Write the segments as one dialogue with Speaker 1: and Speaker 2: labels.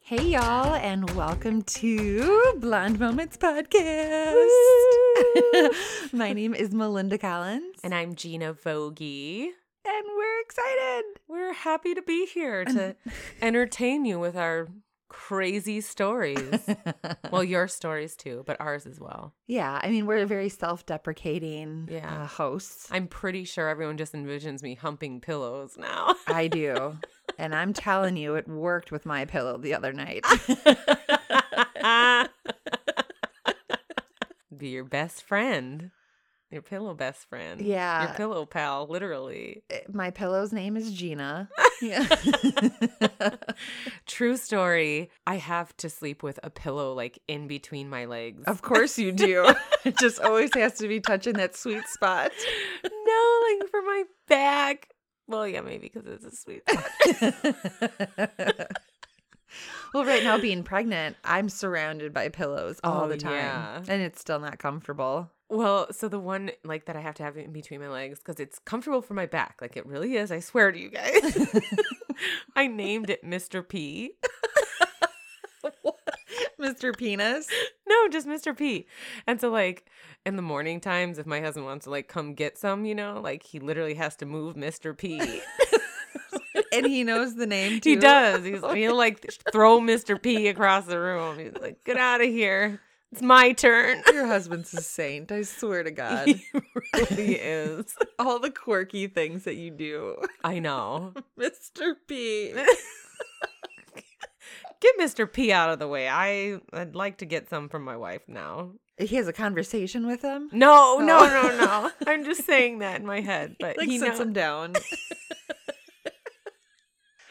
Speaker 1: Hey, y'all, and welcome to Blonde Moments Podcast. My name is Melinda Collins,
Speaker 2: And I'm Gina Vogie.
Speaker 1: and we're excited.
Speaker 2: We're happy to be here to entertain you with our crazy stories. well, your stories too, but ours as well.
Speaker 1: Yeah, I mean, we're very self deprecating
Speaker 2: Yeah.
Speaker 1: uh, hosts.
Speaker 2: I'm pretty sure everyone just envisions me humping pillows now.
Speaker 1: I do. And I'm telling you, it worked with my pillow the other night.
Speaker 2: Be your best friend, your pillow best friend. Your
Speaker 1: Yeah. Eh.
Speaker 2: pillow pal, literally.
Speaker 1: My pillow's name is Gina. Yeah.
Speaker 2: True story. I have to sleep with a pillow like in between my legs.
Speaker 1: of course you do. It just always has to be touching that sweet spot.
Speaker 2: no, like for my back. Well, yeah, maybe because it's a sweet. spot.
Speaker 1: well, right now being pregnant, I'm surrounded by pillows all
Speaker 2: Oh,
Speaker 1: the time,
Speaker 2: yeah.
Speaker 1: and it's still not comfortable.
Speaker 2: well, so the one like that I have to have in between my legs because it's comfortable for my back. Like it really is. I swear to you guys. I named it Mr. P.
Speaker 1: Mr. Penis.
Speaker 2: No, just Mr. P. And so like in the morning times, if my husband wants to like come get some, you know, like he literally has to move Mr. P.
Speaker 1: And he knows the name too.
Speaker 2: He does. He's he'll like throw Mr. P across the room. He's like, get out of here. It's my turn.
Speaker 1: Your husband's a saint, I swear to God.
Speaker 2: He really is.
Speaker 1: All the quirky things that you do.
Speaker 2: I know.
Speaker 1: Mr. P.
Speaker 2: Get Mr. P out of the way. I I'd like to get some from my wife now.
Speaker 1: He has a conversation with him.
Speaker 2: No, no,
Speaker 1: Oh.
Speaker 2: no, no. I'm just saying that in my head, but
Speaker 1: Like
Speaker 2: he
Speaker 1: sits
Speaker 2: knows.
Speaker 1: him down.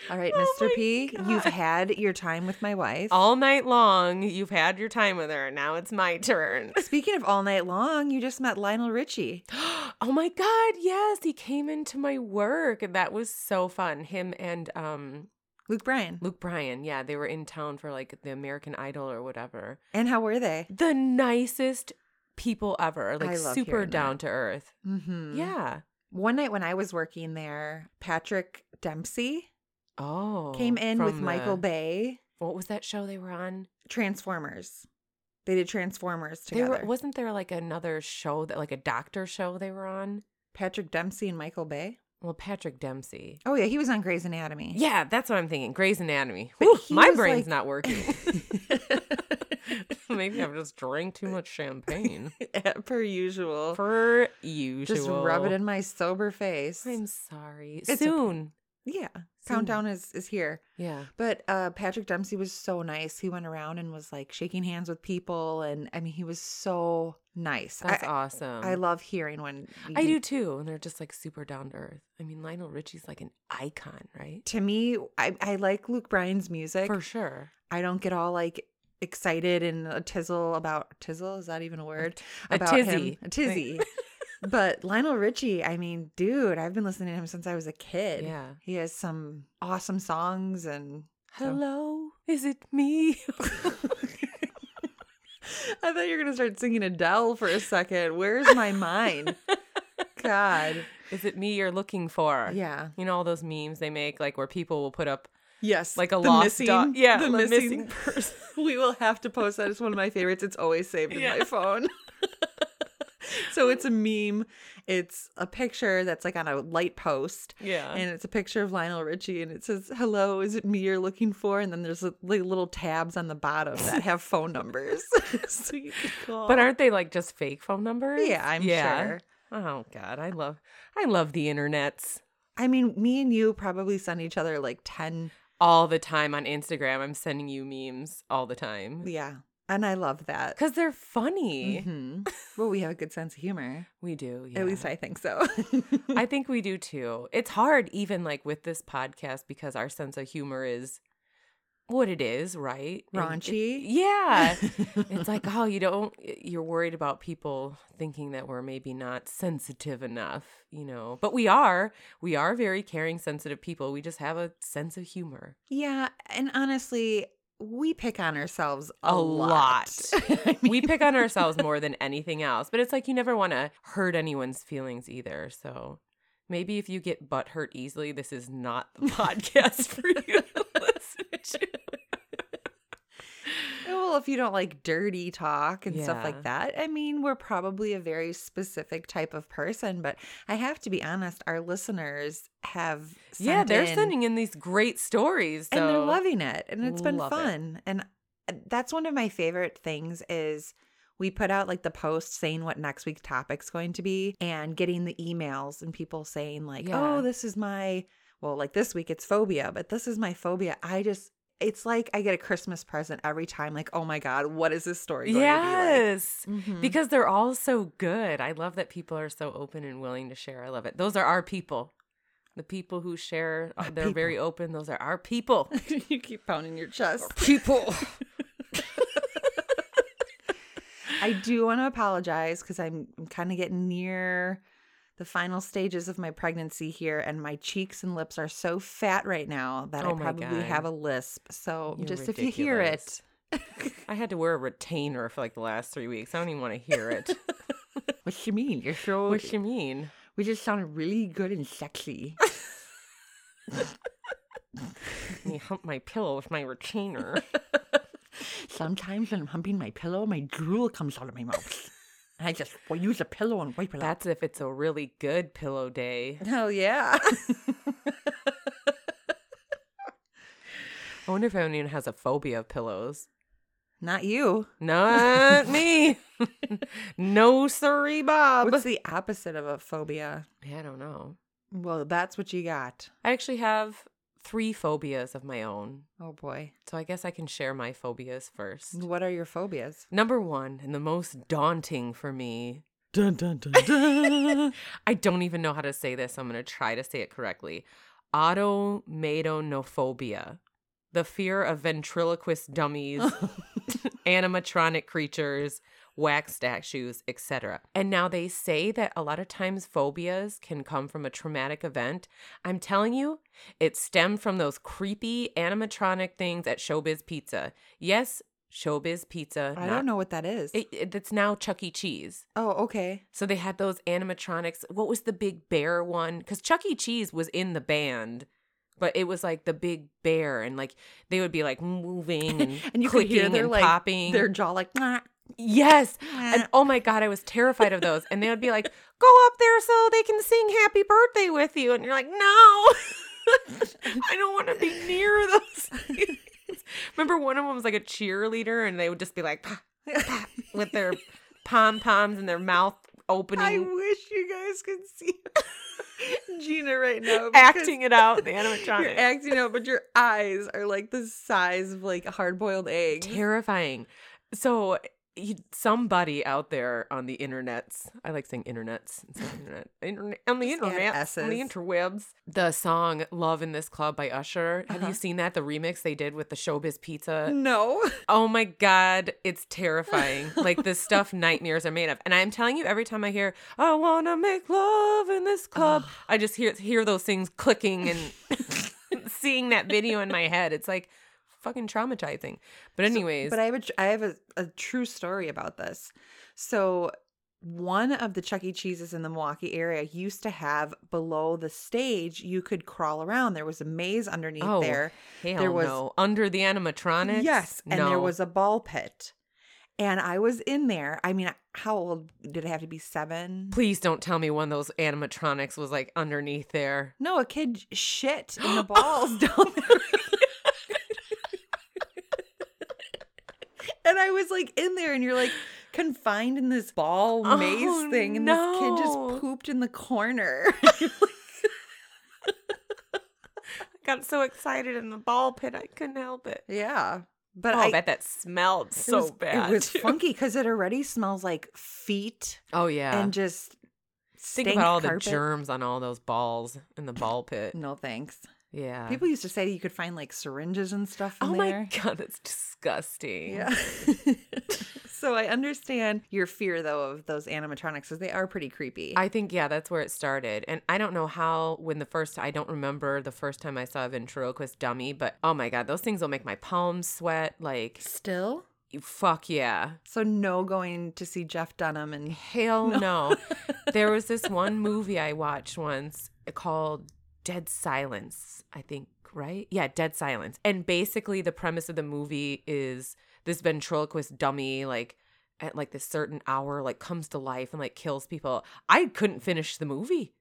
Speaker 1: All right,
Speaker 2: Oh
Speaker 1: Mr.
Speaker 2: my
Speaker 1: P, you've
Speaker 2: God.
Speaker 1: had your time with my wife.
Speaker 2: all night long, you've had your time with her. Now it's my turn.
Speaker 1: Speaking of all night long, you just met Lionel Richie.
Speaker 2: oh my god, yes, he came into my work and that was so fun. Him and um
Speaker 1: Luke Bryan.
Speaker 2: Luke Bryan, yeah, they were in town for like the American Idol or whatever.
Speaker 1: And how were they?
Speaker 2: The nicest people ever, like
Speaker 1: I love
Speaker 2: super
Speaker 1: hearing that.
Speaker 2: down to earth.
Speaker 1: Mm-hmm.
Speaker 2: Yeah.
Speaker 1: One night when I was working there, Patrick Dempsey
Speaker 2: Oh.
Speaker 1: came in with
Speaker 2: from
Speaker 1: Michael
Speaker 2: the-
Speaker 1: Bay.
Speaker 2: What was that show they were on?
Speaker 1: Transformers. They did Transformers together.
Speaker 2: They were, wasn't there like another show that like a doctor show they were on?
Speaker 1: Patrick Dempsey and Michael Bay.
Speaker 2: Well, Patrick Dempsey.
Speaker 1: Oh yeah, he was on Grey's Anatomy.
Speaker 2: Yeah, that's what I'm thinking. Grey's Anatomy.
Speaker 1: But
Speaker 2: Whew,
Speaker 1: he
Speaker 2: my
Speaker 1: was, like-
Speaker 2: brain's not working. Maybe I've just drank too much champagne.
Speaker 1: per usual.
Speaker 2: Per usual.
Speaker 1: Just rub it in my sober face.
Speaker 2: I'm sorry.
Speaker 1: It's okay.
Speaker 2: Soon.
Speaker 1: yeah. Countdown is is here.
Speaker 2: Yeah.
Speaker 1: But uh, Patrick Dempsey was so nice. He went around and was like shaking hands with people, and I mean, he was so nice.
Speaker 2: That's
Speaker 1: I,
Speaker 2: awesome.
Speaker 1: I love hearing when
Speaker 2: I
Speaker 1: you-
Speaker 2: do too. And they're just like super down to earth. I mean, Lionel Richie's like an icon, right?
Speaker 1: To me, I, I like Luke Bryan's music.
Speaker 2: For sure.
Speaker 1: I don't get all like excited and a tizzle about tizzle. Is that even a word?
Speaker 2: a
Speaker 1: about him,
Speaker 2: tizzy.
Speaker 1: a tizzy. but Lionel Richie, I mean, dude, I've been listening to him since I was a kid.
Speaker 2: Yeah.
Speaker 1: he has some awesome songs and. So-
Speaker 2: Hello, is it me?
Speaker 1: I thought you were gonna start singing Adele for a second. Where's my mind? God.
Speaker 2: is it me you're looking for?
Speaker 1: Yeah.
Speaker 2: You know all those memes they make, like where people will put up
Speaker 1: Yes.
Speaker 2: like a
Speaker 1: the
Speaker 2: lost
Speaker 1: missing,
Speaker 2: dog. Yeah,
Speaker 1: The
Speaker 2: a
Speaker 1: missing.
Speaker 2: person.
Speaker 1: We will have to post that. It's one of my favorites. It's always saved in my
Speaker 2: Yeah.
Speaker 1: phone. so it's a meme. It's a picture that's like on a light post.
Speaker 2: Yeah.
Speaker 1: And it's a picture of Lionel Richie, and it says, "Hello, is it me you're looking for?" And then there's like little tabs on the bottom that have phone numbers, so you can call.
Speaker 2: but aren't they like just fake phone numbers?
Speaker 1: yeah, I'm sure.
Speaker 2: Oh God, I love, I love the internets
Speaker 1: I mean, me and you probably send each other like 10.
Speaker 2: all the time on Instagram. I'm sending you memes all the time
Speaker 1: Yeah. And I love that.
Speaker 2: because they're funny.
Speaker 1: hmm Well, we have a good sense of humor.
Speaker 2: We do. Yeah.
Speaker 1: At least I think so.
Speaker 2: I think we do too. It's hard, even like with this podcast, because our sense of humor is what it is, right? And it-
Speaker 1: Raunchy.
Speaker 2: yeah. it's like, oh, you don't, you're worried about people thinking that we're maybe not sensitive enough, you know? But we are. We are very caring, sensitive people. We just have a sense of humor.
Speaker 1: yeah. And honestly, we pick on ourselves a,
Speaker 2: A
Speaker 1: lot. I
Speaker 2: we
Speaker 1: mean,
Speaker 2: pick on ourselves more than anything else, but it's like you never want to hurt anyone's feelings either. So maybe if you get butt hurt easily, this is not the podcast for you to listen to.
Speaker 1: well, if you don't like dirty talk and stuff
Speaker 2: Yeah.
Speaker 1: like that, I mean, we're probably a very specific type of person. But I have to be honest, our listeners have sent
Speaker 2: yeah, they're
Speaker 1: in-
Speaker 2: sending in these great stories.
Speaker 1: and they're
Speaker 2: so-
Speaker 1: loving it, and it's been
Speaker 2: Love it.
Speaker 1: fun. And uh, that's one of my favorite things is we put out like the post saying what next week's topic's going to be, and getting the emails and people saying like,
Speaker 2: Yeah.
Speaker 1: "Oh, this is my." Well, like this week it's phobia, but this is my phobia. I just it's like I get a Christmas present every time. Like, oh my God, what is this story going
Speaker 2: Yes.
Speaker 1: to be like? Mhm.
Speaker 2: Because they're all so good. I love that people are so open and willing to share. I love it. Those are our people. The people who share, uh,
Speaker 1: Our
Speaker 2: they're very open. Those are our people.
Speaker 1: you keep pounding your chest.
Speaker 2: people.
Speaker 1: I do want to apologize because I'm, I'm kind of getting near the final stages of my pregnancy here, and my cheeks and lips are so fat right now that I
Speaker 2: Oh my
Speaker 1: probably
Speaker 2: God.
Speaker 1: have a lisp. So
Speaker 2: You're
Speaker 1: just if you hear it,
Speaker 2: ridiculous. I had to wear a retainer for like the last three weeks. I don't even want to hear it.
Speaker 1: what you mean? You're so
Speaker 2: what you mean?
Speaker 1: we just sound really good and sexy.
Speaker 2: Let me hump my pillow with my retainer.
Speaker 1: Sometimes when I'm humping my pillow, my drool comes out of my mouth. And I just will use a pillow and wipe it up.
Speaker 2: That's if it's a really good pillow day.
Speaker 1: Hell yeah.
Speaker 2: I wonder if anyone has a phobia of pillows.
Speaker 1: Not you.
Speaker 2: Not me. no, sorry, Bob.
Speaker 1: What's the opposite of a phobia?
Speaker 2: Yeah, I don't know.
Speaker 1: Well, that's what you got.
Speaker 2: I actually have three phobias of my own.
Speaker 1: Oh boy.
Speaker 2: So I guess I can share my phobias first.
Speaker 1: What are your phobias?
Speaker 2: Number one, and the most daunting for me,
Speaker 1: Dun dun dun dun.
Speaker 2: I don't even know how to say this. I'm going to try to say it correctly. Automatonophobia, the fear of ventriloquist dummies, animatronic creatures, wax statues, etc. And now they say that a lot of times phobias can come from a traumatic event. I'm telling you, it stemmed from those creepy animatronic things at Showbiz Pizza. Yes, Showbiz Pizza.
Speaker 1: I
Speaker 2: not-
Speaker 1: don't know what that is.
Speaker 2: It, it, it's now Chuck E. Cheese.
Speaker 1: oh, okay.
Speaker 2: So they had those animatronics. What was the big bear one? Because Chuck E. Cheese was in the band, but it was like the big bear, and like they would be like moving and,
Speaker 1: And you could
Speaker 2: clicking
Speaker 1: hear their
Speaker 2: and
Speaker 1: like
Speaker 2: popping.
Speaker 1: their jaw like "Mwah,
Speaker 2: yes,
Speaker 1: mwah."
Speaker 2: and oh my god, I was terrified of those. And they would be like, "Go up there so they can sing Happy Birthday with you," and you're like, "No, I don't want to be near those." things." Remember, one of them was like a cheerleader, and they would just be like "Pah," with their pom poms and their mouth opening.
Speaker 1: I wish you guys could see Gina right now because
Speaker 2: acting it out, the
Speaker 1: You're
Speaker 2: animatronic.
Speaker 1: acting out, but your eyes are like the size of like a hard boiled egg.
Speaker 2: Terrifying. So you, somebody out there on the internets, I like saying internets, it's not internet, internet on the
Speaker 1: Just add
Speaker 2: internet, on the
Speaker 1: S's.
Speaker 2: interwebs. The song "Love in This Club" by Usher. Have
Speaker 1: Uh-huh.
Speaker 2: you seen that? The remix they did with the Showbiz Pizza.
Speaker 1: No,
Speaker 2: Oh my god, it's terrifying. like the stuff nightmares are made of. And I'm telling you, every time I hear "I wanna make love in this club," I just hear hear those things clicking and seeing that video in my head. It's like fucking traumatizing. But anyways,
Speaker 1: but I have a tr- I have a, a true story about this. So one of the Chuck E. Cheese's in the Milwaukee area used to have below the stage you could crawl around. There was a maze underneath
Speaker 2: Oh,
Speaker 1: there.
Speaker 2: hell
Speaker 1: there was-
Speaker 2: no. under the animatronics.
Speaker 1: Yes, and there
Speaker 2: No.
Speaker 1: was a ball pit. And I was in there. I mean, how old did I have to be? Seven?
Speaker 2: Please don't tell me one of those animatronics was like underneath there.
Speaker 1: No, a kid j- shit in the balls down there. and I was like in there, and you're like confined in this ball
Speaker 2: Oh,
Speaker 1: maze thing, and this kid
Speaker 2: no.
Speaker 1: just pooped in the corner.
Speaker 2: Got so excited in the ball pit, I couldn't help it.
Speaker 1: yeah, but
Speaker 2: oh,
Speaker 1: I
Speaker 2: I bet that smelled
Speaker 1: it
Speaker 2: so
Speaker 1: was-
Speaker 2: bad.
Speaker 1: It was
Speaker 2: too.
Speaker 1: funky because it already smells like feet
Speaker 2: Oh yeah.
Speaker 1: and just
Speaker 2: Think
Speaker 1: stank
Speaker 2: about all
Speaker 1: carpet.
Speaker 2: the germs on all those balls in the ball pit.
Speaker 1: No thanks.
Speaker 2: Yeah.
Speaker 1: People used to say you could find like syringes and stuff. In
Speaker 2: oh
Speaker 1: there.
Speaker 2: my god, that's disgusting.
Speaker 1: Yeah. so I understand your fear though of those animatronics because they are pretty creepy.
Speaker 2: I think yeah, that's where it started. And I don't know how when the first I don't remember the first time I saw a ventriloquist dummy, but oh my god, those things will make my palms sweat. Like
Speaker 1: still.
Speaker 2: fuck yeah.
Speaker 1: So no going to see Jeff Dunham and
Speaker 2: Hell no. there was this one movie I watched once called Dead Silence, I think, right? Yeah, Dead Silence. And basically, the premise of the movie is this ventriloquist dummy like at like this certain hour like comes to life and like kills people. I couldn't finish the movie.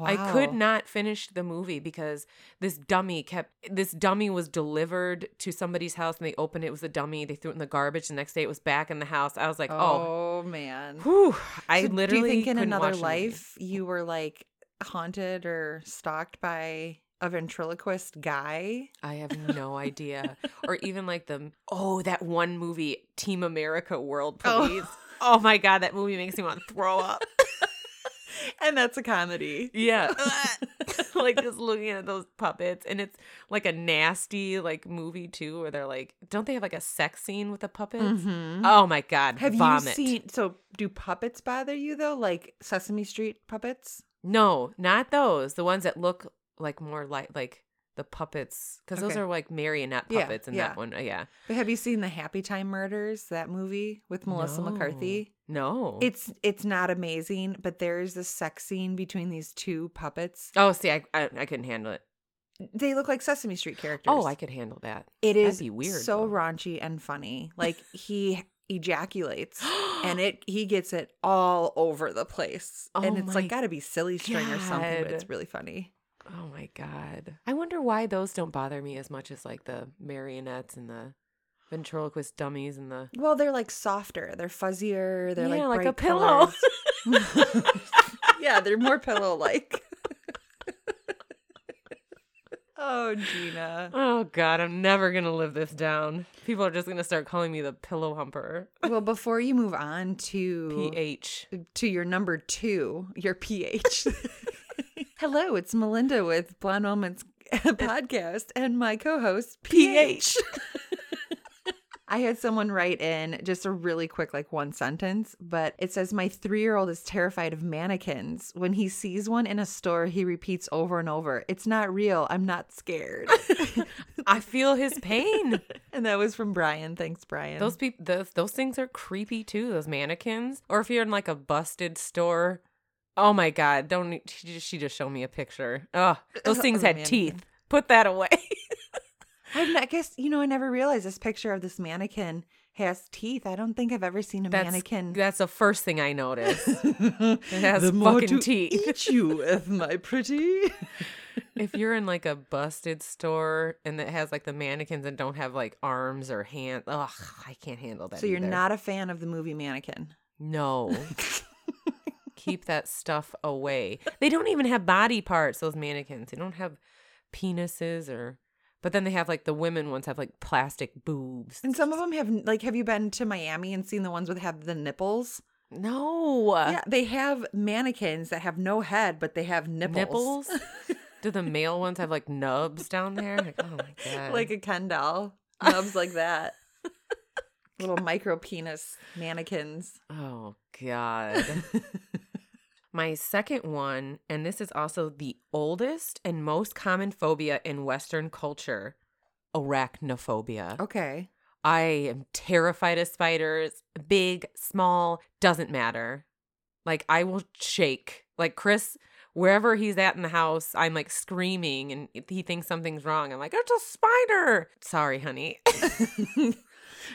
Speaker 2: I could
Speaker 1: Wow.
Speaker 2: not finish the movie because this dummy kept this dummy was delivered to somebody's house and they opened it, it was a dummy. They threw it in the garbage. The next day it was back in the house. I was like, oh,
Speaker 1: oh man.
Speaker 2: whew. I
Speaker 1: So
Speaker 2: literally
Speaker 1: do you think in
Speaker 2: couldn't
Speaker 1: another
Speaker 2: watch the movie.
Speaker 1: life you were like haunted or stalked by a ventriloquist guy?
Speaker 2: I have no idea. or even like the oh that one movie Team America World
Speaker 1: Oh.
Speaker 2: Police. Oh, my god, that movie makes me want to throw up.
Speaker 1: And that's a comedy.
Speaker 2: Yeah. like just looking at those puppets and it's like a nasty like movie too where they're like don't they have like a sex scene with the puppets?
Speaker 1: Mhm.
Speaker 2: Oh my god,
Speaker 1: Have
Speaker 2: vomit.
Speaker 1: you seen so do puppets bother you though? Like Sesame Street puppets?
Speaker 2: No, not those. The ones that look like more like like the puppets cuz those
Speaker 1: Okay.
Speaker 2: are like marionette
Speaker 1: Yeah,
Speaker 2: puppets in
Speaker 1: yeah.
Speaker 2: that one. Uh, Yeah.
Speaker 1: But have you seen the Happy Time Murders, that movie with Melissa
Speaker 2: No.
Speaker 1: McCarthy?
Speaker 2: No.
Speaker 1: It's it's not amazing, but there is this sex scene between these two puppets.
Speaker 2: Oh, see, I, I I couldn't handle it.
Speaker 1: They look like Sesame Street characters.
Speaker 2: Oh, I could handle that.
Speaker 1: It
Speaker 2: That'd
Speaker 1: is
Speaker 2: be weird,
Speaker 1: so
Speaker 2: though.
Speaker 1: raunchy and funny. Like he ejaculates and it he gets it all over the place. and
Speaker 2: Oh
Speaker 1: it's like
Speaker 2: my
Speaker 1: gotta be silly string or something, but it's
Speaker 2: God.
Speaker 1: really funny.
Speaker 2: Oh my god. I wonder why those don't bother me as much as like the marionettes and the ventriloquist dummies and the
Speaker 1: Well, they're like softer, they're fuzzier, they're
Speaker 2: Yeah,
Speaker 1: like,
Speaker 2: like a
Speaker 1: bright
Speaker 2: pillow.
Speaker 1: colours. yeah, they're more pillow like. oh, Gina.
Speaker 2: Oh god, I'm never going to live this down. People are just going to start calling me the pillow humper.
Speaker 1: Well, before you move on to
Speaker 2: PH.
Speaker 1: to your number two, your pH. Hello, it's Melinda with Blonde Moments podcast and my co host, PH. I had someone write in just a really quick, like one sentence, but it says, My three year old is terrified of mannequins. When he sees one in a store, he repeats over and over, It's not real. I'm not scared.
Speaker 2: I feel his pain.
Speaker 1: and that was from Brian. Thanks, Brian.
Speaker 2: those people those, those things are creepy too, those mannequins. Or if you're in like a busted store. Oh my god, don't she just, she just showed me a picture. Oh, those things
Speaker 1: Of a
Speaker 2: had
Speaker 1: mannequin.
Speaker 2: teeth. Put that away.
Speaker 1: I've not, I guess, you know, I never realized this picture of this mannequin has teeth. I don't think I've ever seen a
Speaker 2: That's
Speaker 1: mannequin.
Speaker 2: that's the first thing I noticed.
Speaker 1: it
Speaker 2: has fucking teeth.
Speaker 1: Eat you with my pretty.
Speaker 2: if you're in like a busted store and it has like the mannequins and don't have like arms or hands, ugh, I can't handle that.
Speaker 1: so you're
Speaker 2: either.
Speaker 1: not a fan of the movie Mannequin.
Speaker 2: No. Keep that stuff away. They don't even have body parts. Those mannequins. They don't have penises or. But then they have like the women ones have like plastic boobs.
Speaker 1: And some of them have like have you been to Miami and seen the ones that have the nipples?
Speaker 2: No.
Speaker 1: yeah, they have mannequins that have no head but they have nipples.
Speaker 2: Nipples. Do the male ones have like nubs down there? Like, oh my god.
Speaker 1: like a Ken doll. Nubs like that. Little micro penis mannequins.
Speaker 2: Oh, God. My second one, and this is also the oldest and most common phobia in Western culture arachnophobia.
Speaker 1: Okay.
Speaker 2: I am terrified of spiders, big, small, doesn't matter. Like, I will shake. Like, Chris, wherever he's at in the house, I'm like screaming, and if he thinks something's wrong. I'm like, it's a spider. Sorry, honey.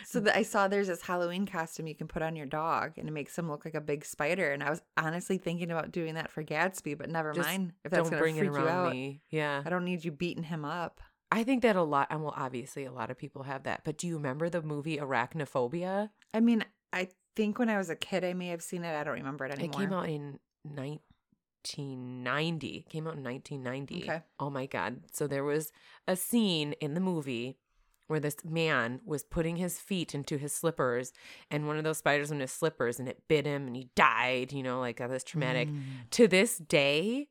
Speaker 1: So the, I saw there's this Halloween costume you can put on your dog, and it makes him look like a big spider. And I was honestly thinking about doing that for Gatsby, but never
Speaker 2: Just
Speaker 1: mind. If that's
Speaker 2: Don't
Speaker 1: gonna
Speaker 2: bring it
Speaker 1: freak you
Speaker 2: around
Speaker 1: out,
Speaker 2: me. Yeah.
Speaker 1: I don't need you beating him up.
Speaker 2: I think that a lot, and well, obviously a lot of people have that. But do you remember the movie Arachnophobia?
Speaker 1: I mean, I think when I was a kid, I may have seen it. I don't remember it anymore.
Speaker 2: It came out in 1990. It came out in 1990.
Speaker 1: Okay.
Speaker 2: Oh my God. So there was a scene in the movie where this man was putting his feet into his slippers, and one of those spiders was in his slippers, and it bit him, and he died, you know, like that was traumatic.
Speaker 1: Mm,
Speaker 2: To this day,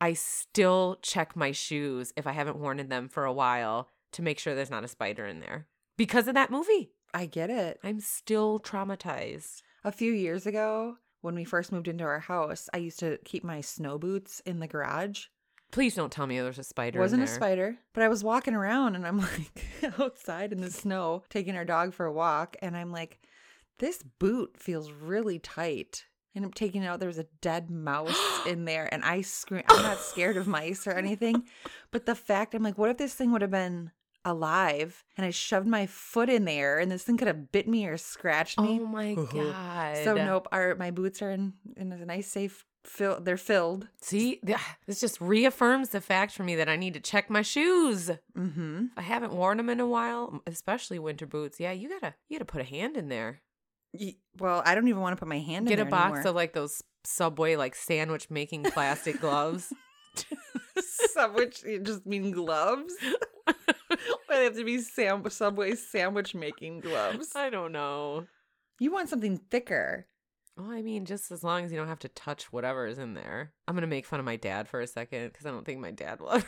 Speaker 2: I still check my shoes if I haven't worn them for a while to make sure there's not a spider in there because of that movie.
Speaker 1: I get it.
Speaker 2: I'm still traumatized.
Speaker 1: A few years ago, when we first moved into our house, I used to keep my snow boots in the garage.
Speaker 2: Please don't tell me there's a spider. in
Speaker 1: wasn't a
Speaker 2: there.
Speaker 1: spider, but I was walking around and I'm like outside in the snow taking our dog for a walk and I'm like this boot feels really tight. And I'm taking it out there was a dead mouse in there and I scream I'm not scared of mice or anything, but the fact I'm like what if this thing would have been alive and I shoved my foot in there and this thing could have bit me or scratched
Speaker 2: Oh
Speaker 1: me.
Speaker 2: my Oh, god.
Speaker 1: so nope, our my boots are in in a nice safe fill they're filled.
Speaker 2: See, th- ah, this just reaffirms the fact for me that I need to check my shoes.
Speaker 1: Mm-hmm.
Speaker 2: I haven't worn them in a while, especially winter boots. Yeah, you gotta you gotta put a hand in there.
Speaker 1: Well, I don't even want to put my hand
Speaker 2: Get
Speaker 1: in
Speaker 2: a
Speaker 1: there
Speaker 2: box
Speaker 1: anymore.
Speaker 2: of like those Subway like sandwich making plastic gloves.
Speaker 1: sandwich you just mean gloves. Why they have to be sam- Subway sandwich making gloves?
Speaker 2: I don't know.
Speaker 1: You want something thicker.
Speaker 2: Well, I mean, just as long as you don't have to touch whatever is in there. I'm gonna make fun of my dad for a second because I don't think my dad will ever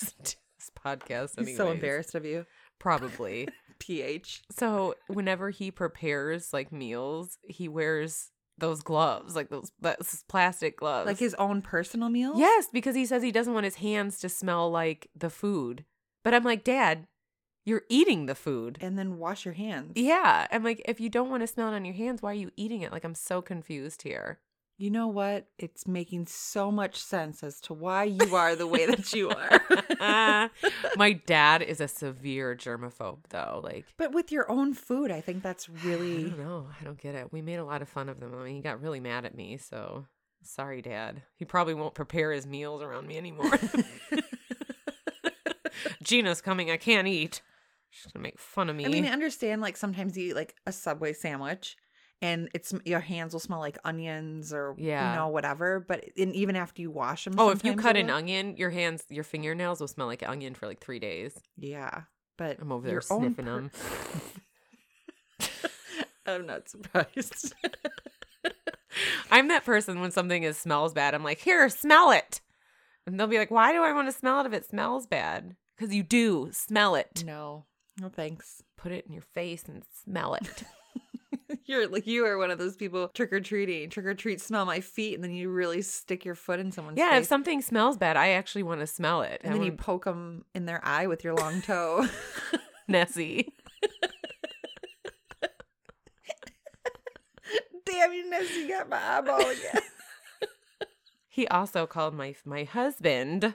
Speaker 2: listen to this podcast.
Speaker 1: He's so
Speaker 2: anyways.
Speaker 1: embarrassed of you.
Speaker 2: Probably.
Speaker 1: PH.
Speaker 2: So whenever he prepares like meals, he wears those gloves, like those that's plastic gloves.
Speaker 1: Like his own personal meal?
Speaker 2: Yes, because he says he doesn't want his hands to smell like the food. But I'm like, Dad, you're eating the food.
Speaker 1: And then wash your hands.
Speaker 2: Yeah. I'm like, if you don't want to smell it on your hands, why are you eating it? Like I'm so confused here.
Speaker 1: You know what? It's making so much sense as to why you are the way that you are.
Speaker 2: My dad is a severe germaphobe though. Like
Speaker 1: but with your own food, I think that's
Speaker 2: I
Speaker 1: really
Speaker 2: don't know. I don't get it. We made a lot of fun of them. I mean, he got really mad at me. So sorry, Dad. He probably won't prepare his meals around me anymore. Gina's coming. I can't eat. She's gonna make fun of me.
Speaker 1: I mean, uh, I understand like sometimes you eat like a Subway sandwich and it's your hands will smell like onions or
Speaker 2: Yeah.
Speaker 1: you know whatever, but and even after you wash them
Speaker 2: oh, if you
Speaker 1: sometimes
Speaker 2: cut
Speaker 1: it
Speaker 2: an
Speaker 1: will.
Speaker 2: onion, your hands, your fingernails will smell like onion for like three days.
Speaker 1: Yeah. But
Speaker 2: I'm over there
Speaker 1: your own
Speaker 2: sniffing
Speaker 1: per-
Speaker 2: them.
Speaker 1: I'm not surprised.
Speaker 2: I'm that person when something is smells bad. I'm like, here, smell it. And they'll be like, why do I want to smell it if it smells bad? Because you do smell it.
Speaker 1: no. No thanks.
Speaker 2: Put it in your face and smell it.
Speaker 1: You're like you are one of those people trick or treating, trick or treat, smell my feet, and then you really stick your foot in someone's
Speaker 2: Yeah, if
Speaker 1: face,
Speaker 2: something smells bad, I actually want to smell it.
Speaker 1: and
Speaker 2: I
Speaker 1: then you
Speaker 2: want
Speaker 1: poke them in their eye with your long toe.
Speaker 2: Nessie.
Speaker 1: Damn you, Nessie got my eyeball again.
Speaker 2: He also called my my husband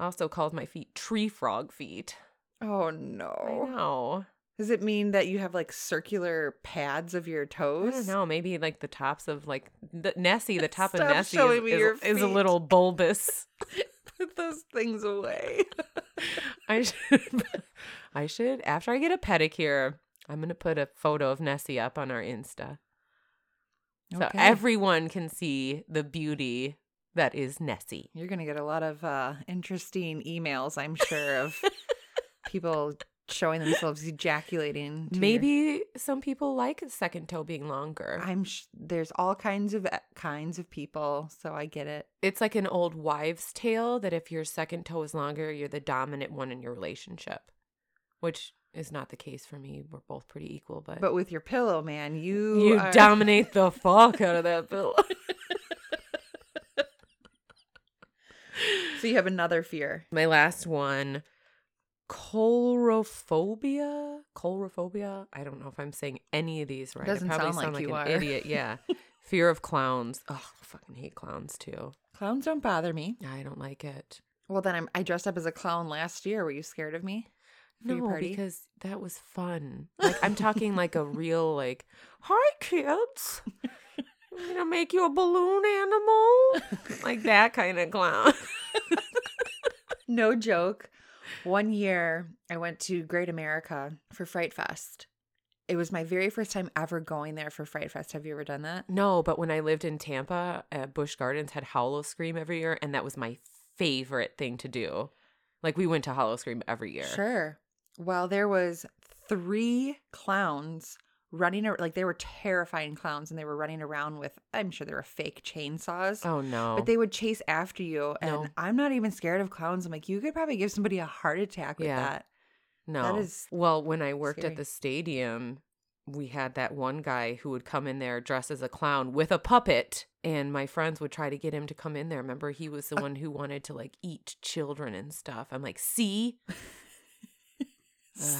Speaker 2: also called my feet tree frog feet.
Speaker 1: oh
Speaker 2: I
Speaker 1: no!
Speaker 2: know.
Speaker 1: Does it mean that you have like circular pads of your
Speaker 2: I
Speaker 1: toes?
Speaker 2: don't know. Maybe like the tops of like the Nessie, the top
Speaker 1: Stop
Speaker 2: of Nessie
Speaker 1: showing me your
Speaker 2: is, is, is a
Speaker 1: feet.
Speaker 2: little bulbous.
Speaker 1: Put those things away.
Speaker 2: I should I should after I get a pedicure, I'm gonna put a photo of Nessie up on our Insta. So
Speaker 1: Okay.
Speaker 2: everyone can see the beauty that is Nessie.
Speaker 1: You're gonna get a lot of uh, interesting emails, I'm sure, of people showing themselves ejaculating. to your-
Speaker 2: Maybe some people like the second toe being longer.
Speaker 1: I'm sh- there's all kinds of eh, kinds of people, so I get it.
Speaker 2: it's like an old wives' tale that if your second toe is longer, you're the dominant one in your relationship, which is not the case for me. We're both pretty equal, but,
Speaker 1: But with your pillow, man, you
Speaker 2: you
Speaker 1: are-
Speaker 2: dominate the fuck out of that pillow.
Speaker 1: So you have another fear.
Speaker 2: My last one colrophobia. Colrophobia. I don't know if I'm saying any of these right.
Speaker 1: Doesn't
Speaker 2: I probably
Speaker 1: sound like you
Speaker 2: an
Speaker 1: are.
Speaker 2: idiot. Yeah. Fear of clowns. Oh, I fucking hate clowns too.
Speaker 1: Clowns don't bother me.
Speaker 2: I don't like it.
Speaker 1: Well, then I'm, I dressed up as a clown last year. Were you scared of me? for your
Speaker 2: No,
Speaker 1: party?
Speaker 2: because that was fun. Like I'm talking like a real like, hi kids, I'm gonna make you a balloon animal, like that kind of clown.
Speaker 1: No joke. One year, I went to Great America for Fright Fest. It was my very first time ever going there for Fright Fest. Have you ever done that?
Speaker 2: no, but when I lived in Tampa, uh, Bush Gardens had Hollow Scream every year, and that was my favorite thing to do. Like we went to Hollow Scream every year.
Speaker 1: Sure. Well, there was three clowns running ar- like they were terrifying clowns and they were running around with I'm sure they were fake chainsaws.
Speaker 2: Oh no.
Speaker 1: But they would chase after you and
Speaker 2: No.
Speaker 1: I'm not even scared of clowns. I'm like you could probably give somebody a heart attack with
Speaker 2: Yeah.
Speaker 1: that.
Speaker 2: No.
Speaker 1: is
Speaker 2: well, when I worked
Speaker 1: scary.
Speaker 2: at the stadium, we had that one guy who would come in there dressed as a clown with a puppet, and my friends would try to get him to come in there. Remember, he was
Speaker 1: Uh
Speaker 2: the one who wanted to like eat children and stuff. I'm like, see, Ugh,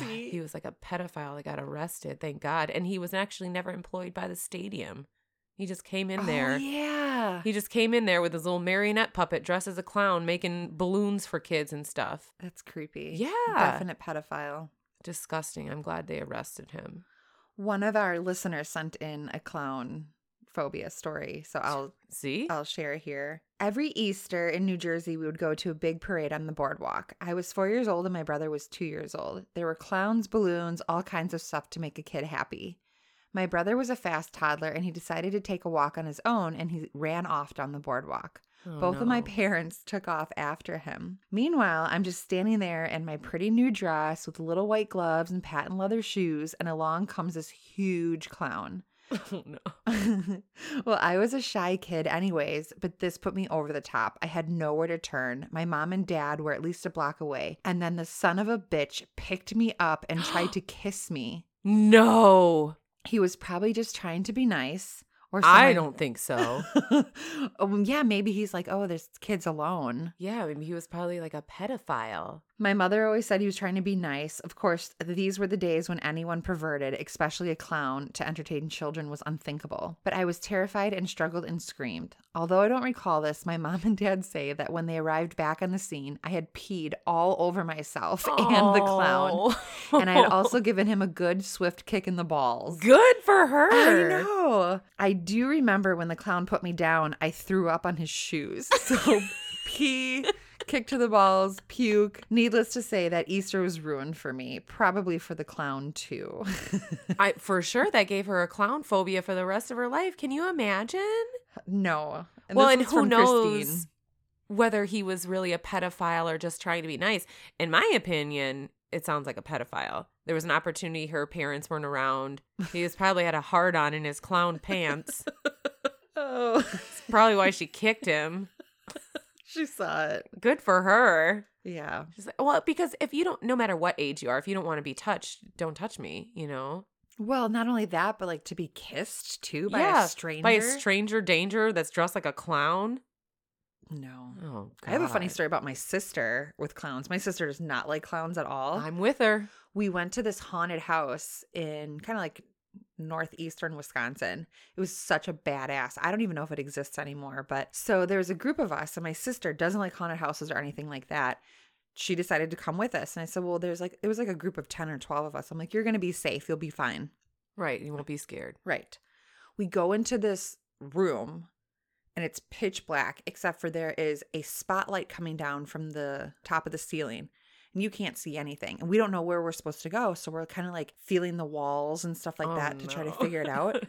Speaker 2: he was like a pedophile that got arrested. Thank God, and he was actually never employed by the stadium. He just came in
Speaker 1: Oh,
Speaker 2: there.
Speaker 1: yeah.
Speaker 2: He just came in there with his little marionette puppet dressed as a clown making balloons for kids and stuff.
Speaker 1: That's creepy.
Speaker 2: Yeah.
Speaker 1: Definite pedophile.
Speaker 2: Disgusting. I'm glad they arrested him.
Speaker 1: One of our listeners sent in a clown phobia story, so I'll
Speaker 2: See?
Speaker 1: I'll share here. Every Easter in New Jersey, we would go to a big parade on the boardwalk. I was four years old and my brother was two years old. There were clowns, balloons, all kinds of stuff to make a kid happy. My brother was a fast toddler and he decided to take a walk on his own and he ran off down the boardwalk.
Speaker 2: Oh,
Speaker 1: Both of my
Speaker 2: no.
Speaker 1: parents took off after him. Meanwhile, I'm just standing there in my pretty new dress with little white gloves and patent leather shoes, and along comes this huge clown.
Speaker 2: Oh, no.
Speaker 1: well, I was a shy kid, anyways, but this put me over the top. I had nowhere to turn. My mom and dad were at least a block away, and then the son of a bitch picked me up and tried to kiss me.
Speaker 2: No.
Speaker 1: He was probably just trying to be nice. Or
Speaker 2: I
Speaker 1: someone-
Speaker 2: don't think so.
Speaker 1: um, yeah, maybe he's like, oh, this kid's alone.
Speaker 2: yeah, I mean, he was probably like a pedophile.
Speaker 1: My mother always said he was trying to be nice. Of course, these were the days when anyone perverted, especially a clown, to entertain children was unthinkable. But I was terrified and struggled and screamed. Although I don't recall this, my mom and dad say that when they arrived back on the scene, I had peed all over myself and the clown.
Speaker 2: Oh.
Speaker 1: And I had also given him a good, swift kick in the balls.
Speaker 2: Good for her.
Speaker 1: I know. I do remember when the clown put me down, I threw up on his shoes. So pee, kick to the balls, puke. Needless to say, that Easter was ruined for me, probably for the clown too.
Speaker 2: I for sure that gave her a clown phobia for the rest of her life. Can you imagine?
Speaker 1: no.
Speaker 2: well,
Speaker 1: this
Speaker 2: and
Speaker 1: was
Speaker 2: who
Speaker 1: from
Speaker 2: knows whether he was really a pedophile or just trying to be nice. In my opinion, it sounds like a pedophile. There was an opportunity her parents weren't around. He was probably had a hard on in his clown pants.
Speaker 1: Oh,
Speaker 2: That's probably why she kicked him.
Speaker 1: she saw it.
Speaker 2: Good for her.
Speaker 1: Yeah.
Speaker 2: She's like, well, because if you don't, no matter what age you are, if you don't want to be touched, don't touch me. You know,
Speaker 1: Well, not only that, but like to be kissed too by
Speaker 2: Yeah, by
Speaker 1: a stranger.
Speaker 2: by a stranger danger that's dressed like a clown.
Speaker 1: no.
Speaker 2: Oh, God.
Speaker 1: I have a funny story about my sister with clowns. My sister does not like clowns at all.
Speaker 2: I'm with her.
Speaker 1: we went to this haunted house in kind of like northeastern Wisconsin. It was such a badass. I don't even know if it exists anymore, but so there was a group of us, and my sister doesn't like haunted houses or anything like that. She decided to come with us, and I said, "Well, there's like it was like a group of ten or twelve of us. I'm like, you're gonna be safe. You'll be fine."
Speaker 2: Right. You won't be scared.
Speaker 1: Right. We go into this room and it's pitch black, except for there is a spotlight coming down from the top of the ceiling and you can't see anything. And we don't know where we're supposed to go. So we're kind of like feeling the walls and stuff like
Speaker 2: Oh,
Speaker 1: that to try to
Speaker 2: no.
Speaker 1: figure it out.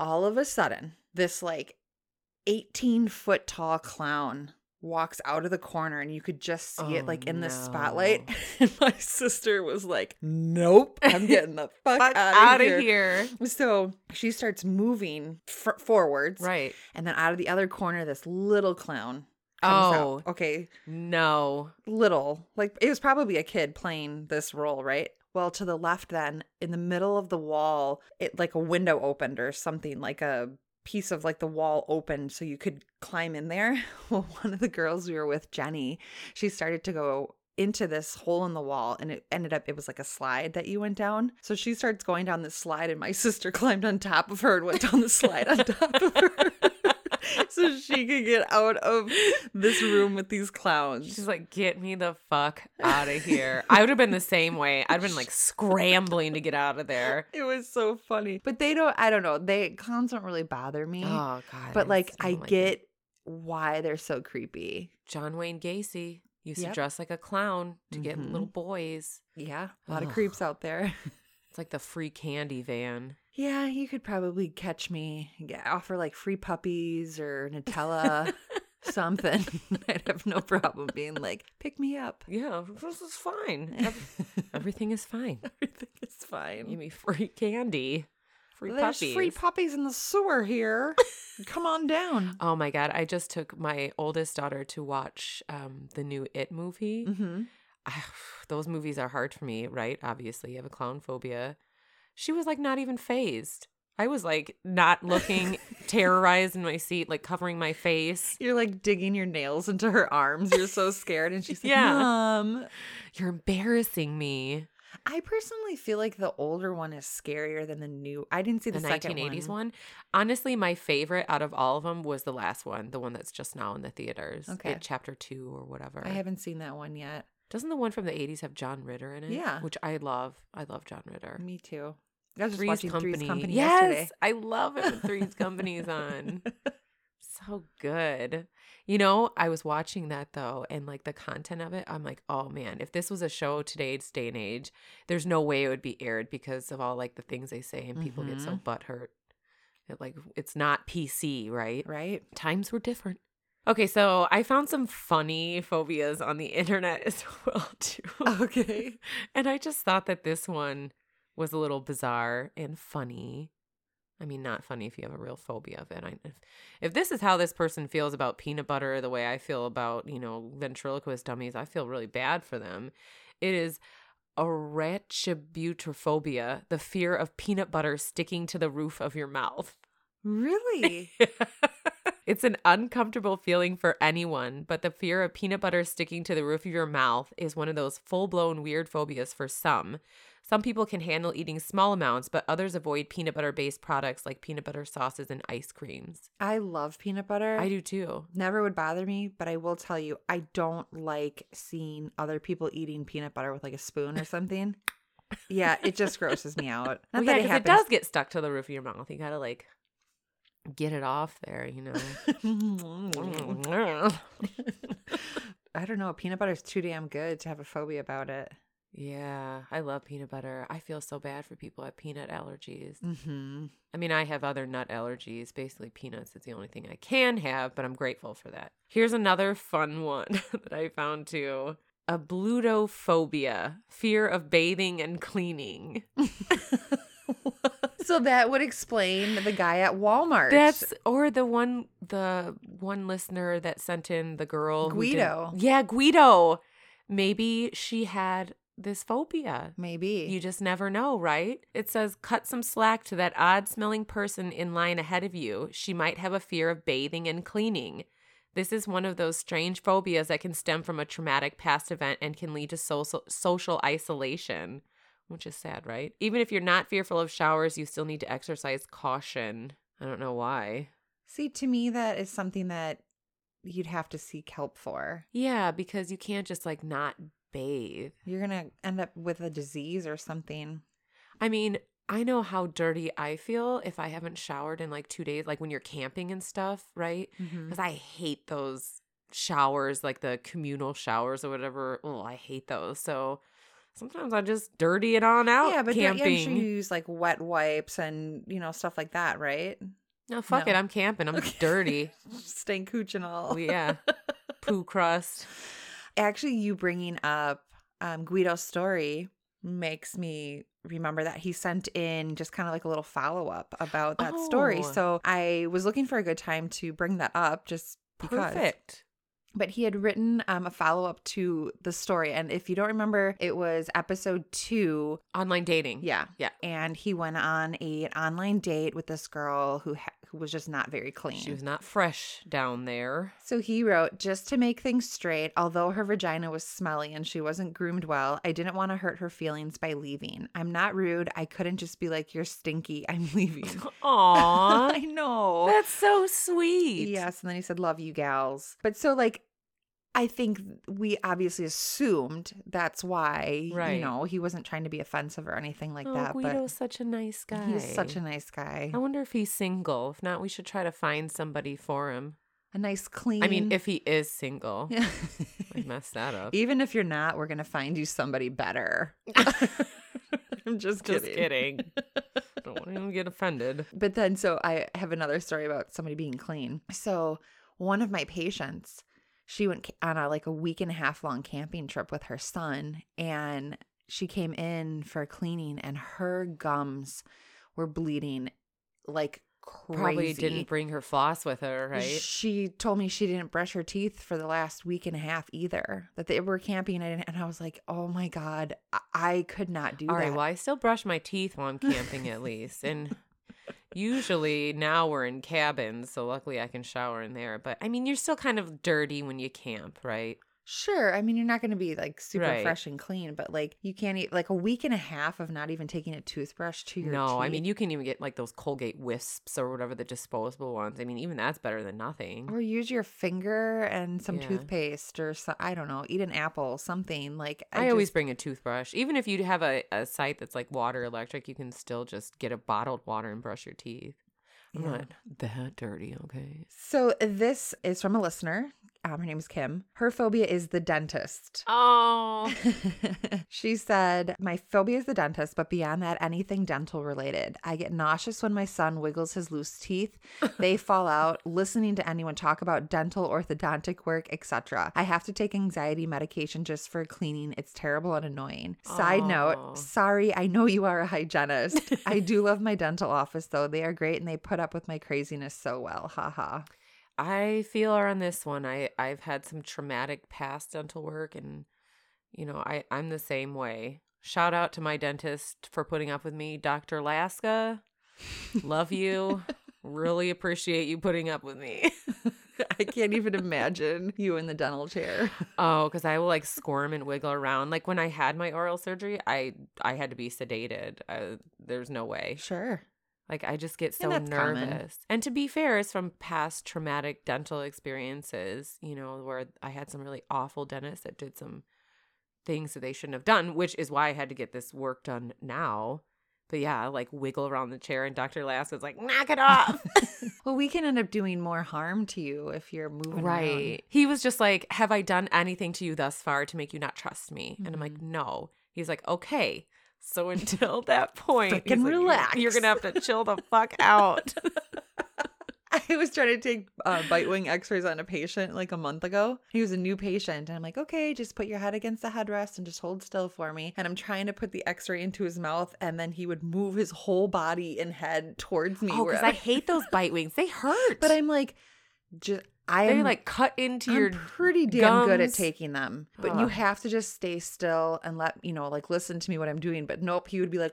Speaker 1: All of a sudden, this like 18 foot tall clown walks out of the corner and you could just see it
Speaker 2: Oh,
Speaker 1: like in the
Speaker 2: no.
Speaker 1: spotlight. And my sister was like, Nope, I'm getting the fuck,
Speaker 2: Fuck
Speaker 1: out
Speaker 2: outta
Speaker 1: of here.
Speaker 2: here.
Speaker 1: So she starts moving f- forwards,
Speaker 2: Right.
Speaker 1: and then out of the other corner, this little clown comes
Speaker 2: Oh.
Speaker 1: out. Okay,
Speaker 2: No.
Speaker 1: little. Like it was probably a kid playing this role, right? Well, to the left, then in the middle of the wall, it like a window opened or something, like a piece of like the wall opened so you could climb in there. Well, one of the girls we were with, Jenny, she started to go into this hole in the wall and it ended up it was like a slide that you went down. So she starts going down this slide and my sister climbed on top of her and went down the slide on top of her. so she could get out of this room with these clowns.
Speaker 2: She's like, get me the fuck out of here. I would have been the same way. I'd been like scrambling to get out of there.
Speaker 1: It was so funny. But they don't I don't know. They clowns don't really bother me.
Speaker 2: Oh God. I
Speaker 1: but like
Speaker 2: just
Speaker 1: I
Speaker 2: don't it.
Speaker 1: get why they're so creepy.
Speaker 2: John Wayne Gacy used
Speaker 1: Yep.
Speaker 2: to dress like a clown to get
Speaker 1: Mhm.
Speaker 2: little boys.
Speaker 1: Yeah. A lot of
Speaker 2: Ugh.
Speaker 1: creeps out there.
Speaker 2: It's like the free candy van.
Speaker 1: Yeah, you could probably catch me. Yeah, offer like free puppies or Nutella, something. I'd have no problem being like, pick me up.
Speaker 2: Yeah, this is fine. Ev-
Speaker 1: Everything
Speaker 2: Everything is fine.
Speaker 1: is fine.
Speaker 2: Give me free candy, free
Speaker 1: There's
Speaker 2: puppies.
Speaker 1: free puppies in the sewer here. Come on down.
Speaker 2: oh my god! I just took my oldest daughter to watch um, the new It movie.
Speaker 1: Mm-hmm.
Speaker 2: I- those movies are hard for me, right? Obviously, you have a clown phobia. She was like not even phased. I was like not looking, terrorized in my seat, like covering my face.
Speaker 1: You're like digging your nails into her arms. You're so scared. And she's like,
Speaker 2: Yeah.
Speaker 1: Mom.
Speaker 2: You're embarrassing me.
Speaker 1: I personally feel like the older one is scarier than the new. I didn't see the,
Speaker 2: the
Speaker 1: second
Speaker 2: 1980s
Speaker 1: one.
Speaker 2: one. Honestly, my favorite out of all of them was the last one, the one that's just now in the theaters.
Speaker 1: Okay.
Speaker 2: It- chapter two or whatever.
Speaker 1: I haven't seen that one yet.
Speaker 2: Doesn't the one from the 80s have John Ritter in it?
Speaker 1: Yeah.
Speaker 2: Which I love. I love John Ritter.
Speaker 1: Me too. I was just
Speaker 2: Three's
Speaker 1: watching
Speaker 2: Company.
Speaker 1: Three's Company
Speaker 2: yes,
Speaker 1: yesterday.
Speaker 2: I love it when Three's Company's on. So good. You know, I was watching that though, and like the content of it, I'm like, oh man, if this was a show today's day and age, there's no way it would be aired because of all like the things they say, and people get
Speaker 1: Mm-hmm.
Speaker 2: so butthurt. It, like, it's not PC, right?
Speaker 1: Right?
Speaker 2: Times were different. Okay, so I found some funny phobias on the internet as well, too.
Speaker 1: Okay.
Speaker 2: And I just thought that this one was a little bizarre and funny. I mean, not funny if you have a real phobia of it. I, if, if this is how this person feels about peanut butter, the way I feel about, you know, ventriloquist dummies, I feel really bad for them. It is arachibutrophobia, the fear of peanut butter sticking to the roof of your mouth.
Speaker 1: Really?
Speaker 2: it's an uncomfortable feeling for anyone, but the fear of peanut butter sticking to the roof of your mouth is one of those full blown weird phobias for some. Some people can handle eating small amounts, but others avoid peanut butter based products like peanut butter sauces and ice creams.
Speaker 1: I love peanut butter.
Speaker 2: I do too.
Speaker 1: Never would bother me, but I will tell you, I don't like seeing other people eating peanut butter with like a spoon or something. yeah, it just grosses me out. Not
Speaker 2: Well, yeah,
Speaker 1: that
Speaker 2: 'cause it
Speaker 1: happens.
Speaker 2: does get stuck to the roof of your mouth. You gotta like get it off there, you
Speaker 1: Mm.
Speaker 2: know.
Speaker 1: I don't know. Peanut butter is too damn good to have a phobia about it.
Speaker 2: yeah, I love peanut butter. I feel so bad for people who have peanut allergies.
Speaker 1: Mm-hmm.
Speaker 2: I mean, I have other nut allergies. Basically, peanuts is the only thing I can have, but I'm grateful for that. Here's another fun one that I found too. Ablutophobia, fear of bathing and cleaning.
Speaker 1: So that would explain the guy at Walmart.
Speaker 2: That's or the one the one listener that sent in the girl who did-
Speaker 1: Guido.
Speaker 2: yeah, Guido. Maybe she had this phobia.
Speaker 1: maybe.
Speaker 2: You just never know, right? It says cut some slack to that odd smelling person in line ahead of you. She might have a fear of bathing and cleaning. This is one of those strange phobias that can stem from a traumatic past event and can lead to social, social isolation, which is sad, right? Even if you're not fearful of showers, you still need to exercise caution. I don't know why.
Speaker 1: See, to me, that is something that you'd have to seek help for.
Speaker 2: Yeah, because you can't just like not bathe.
Speaker 1: You're gonna end up with a disease or something.
Speaker 2: I mean, I know how dirty I feel if I haven't showered in like two days, like when you're camping and stuff, right? Because I hate those showers, like the communal showers or whatever. Oh, I hate those. So sometimes I just dirty it on out
Speaker 1: yeah, but don't- yeah,
Speaker 2: camping.
Speaker 1: I'm sure you use like wet wipes and you know stuff like that, right?
Speaker 2: no, fuck
Speaker 1: No.
Speaker 2: it. I'm camping. I'm
Speaker 1: Okay.
Speaker 2: Um, dirty.
Speaker 1: Stank hooch and all.
Speaker 2: Oh, yeah. Poo crust.
Speaker 1: Actually, you bringing up um, Guido's story makes me remember that he sent in just kind of like a little follow up about that story.
Speaker 2: Oh.
Speaker 1: So I was looking for a good time to bring that up, just because.
Speaker 2: Perfect.
Speaker 1: But he had written um, a follow up to the story, and if you don't remember, it was episode two.
Speaker 2: Online dating.
Speaker 1: Yeah,
Speaker 2: Yeah.
Speaker 1: And he went on a, an online date with this girl who ha- who was just not very clean.
Speaker 2: She was not fresh down there.
Speaker 1: So he wrote, just to make things straight, although her vagina was smelly and she wasn't groomed well, I didn't want to hurt her feelings by leaving. I'm not rude. I couldn't just be like, you're stinky. I'm leaving. I
Speaker 2: Aw.
Speaker 1: know.
Speaker 2: That's so sweet.
Speaker 1: Yes. And then he said, love you gals. But so, like, I think we obviously assumed that's why, you
Speaker 2: Right.
Speaker 1: know, he wasn't trying to be offensive or anything like
Speaker 2: oh,
Speaker 1: that.
Speaker 2: Guido's such a nice
Speaker 1: but
Speaker 2: guy.
Speaker 1: he's such a nice guy.
Speaker 2: I wonder if he's single. If not, we should try to find somebody for him.
Speaker 1: A nice, clean.
Speaker 2: I mean, if he is single,
Speaker 1: Yeah.
Speaker 2: I messed that up.
Speaker 1: Even if you're not, we're going to find you somebody better. I'm just kidding.
Speaker 2: Just kidding. Don't want him to get offended.
Speaker 1: But then, so I have another story about somebody being clean. So, one of my patients, she went ca- on a like a week and a half long camping trip with her son, and she came in for cleaning, and her gums were bleeding like crazy.
Speaker 2: Probably didn't bring her floss with her, right?
Speaker 1: She told me she didn't brush her teeth for the last week and a half either. That they were camping, and, and I was like, "Oh my god, I, I could not do
Speaker 2: All
Speaker 1: that."
Speaker 2: right. Well, I still brush my teeth while I'm camping, at least. And usually now we're in cabins, so luckily I can shower in there. But I mean, you're still kind of dirty when you camp, right?
Speaker 1: Sure. I mean, you're not going to be like super
Speaker 2: Right.
Speaker 1: fresh and clean, but like you can't eat like a week and a half of not even taking a toothbrush to your
Speaker 2: no,
Speaker 1: teeth.
Speaker 2: I mean you can even get like those Colgate wisps or whatever the disposable ones. I mean even that's better than nothing.
Speaker 1: or use your finger and some
Speaker 2: Yeah.
Speaker 1: toothpaste or so, I don't know, eat an apple, something like
Speaker 2: I, always
Speaker 1: just-
Speaker 2: bring a toothbrush. Even if you have a, a site that's like water electric, you can still just get a bottled water and brush your teeth. I'm
Speaker 1: Yeah.
Speaker 2: not that dirty, okay?
Speaker 1: So this is from a listener. Um, her name is Kim. Her phobia is the dentist.
Speaker 2: Oh,
Speaker 1: she said, My phobia is the dentist, but beyond that, anything dental related. I get nauseous when my son wiggles his loose teeth. They fall out, listening to anyone talk about dental, orthodontic work, etc. I have to take anxiety medication just for cleaning. It's terrible and annoying. Side
Speaker 2: Aw.
Speaker 1: note, sorry, I know you are a hygienist. I do love my dental office though. They are great and they put up with my craziness so well. Haha.
Speaker 2: I feel her on this one. I I've had some traumatic past dental work, and you know I I'm the same way. Shout out to my dentist for putting up with me, Doctor Laska. Love you. really appreciate you putting up with me.
Speaker 1: I can't even imagine you in the dental chair.
Speaker 2: Oh, because I will like squirm and wiggle around. Like when I had my oral surgery, I I had to be sedated. I, there's no way.
Speaker 1: Sure.
Speaker 2: Like I just get so nervous.
Speaker 1: that's common.
Speaker 2: And to be fair, it's from past traumatic dental experiences, you know, where I had some really awful dentists that did some things that they shouldn't have done, which is why I had to get this work done now. But yeah, like wiggle around the chair and Dr. Lass was like, knock it off.
Speaker 1: Well, we can end up doing more harm to you if you're moving
Speaker 2: right. He was just like, Have I done anything to you thus far to make you not trust me? And I'm like,
Speaker 1: Mm-hmm.
Speaker 2: No. He's like, Okay. So until that point, he's
Speaker 1: Frickin'
Speaker 2: like, "You're- You're
Speaker 1: relax."
Speaker 2: gonna have to chill the fuck out.
Speaker 1: around. I was trying to take uh, bite wing X-rays on a patient like a month ago. He was a new patient, and I'm like, okay, just put your head against the headrest and just hold still for me. And I'm trying to put the X-ray into his mouth, and then he would move his whole body and head towards me.
Speaker 2: Oh, because I hate those bite wings. They hurt.
Speaker 1: but I'm like, just I
Speaker 2: they
Speaker 1: am
Speaker 2: like cut into
Speaker 1: I'm
Speaker 2: your.
Speaker 1: pretty damn good at
Speaker 2: gums.
Speaker 1: taking them, but you
Speaker 2: Ugh.
Speaker 1: have to just stay still and let you know, like listen to me what I'm doing. But nope, he would be like,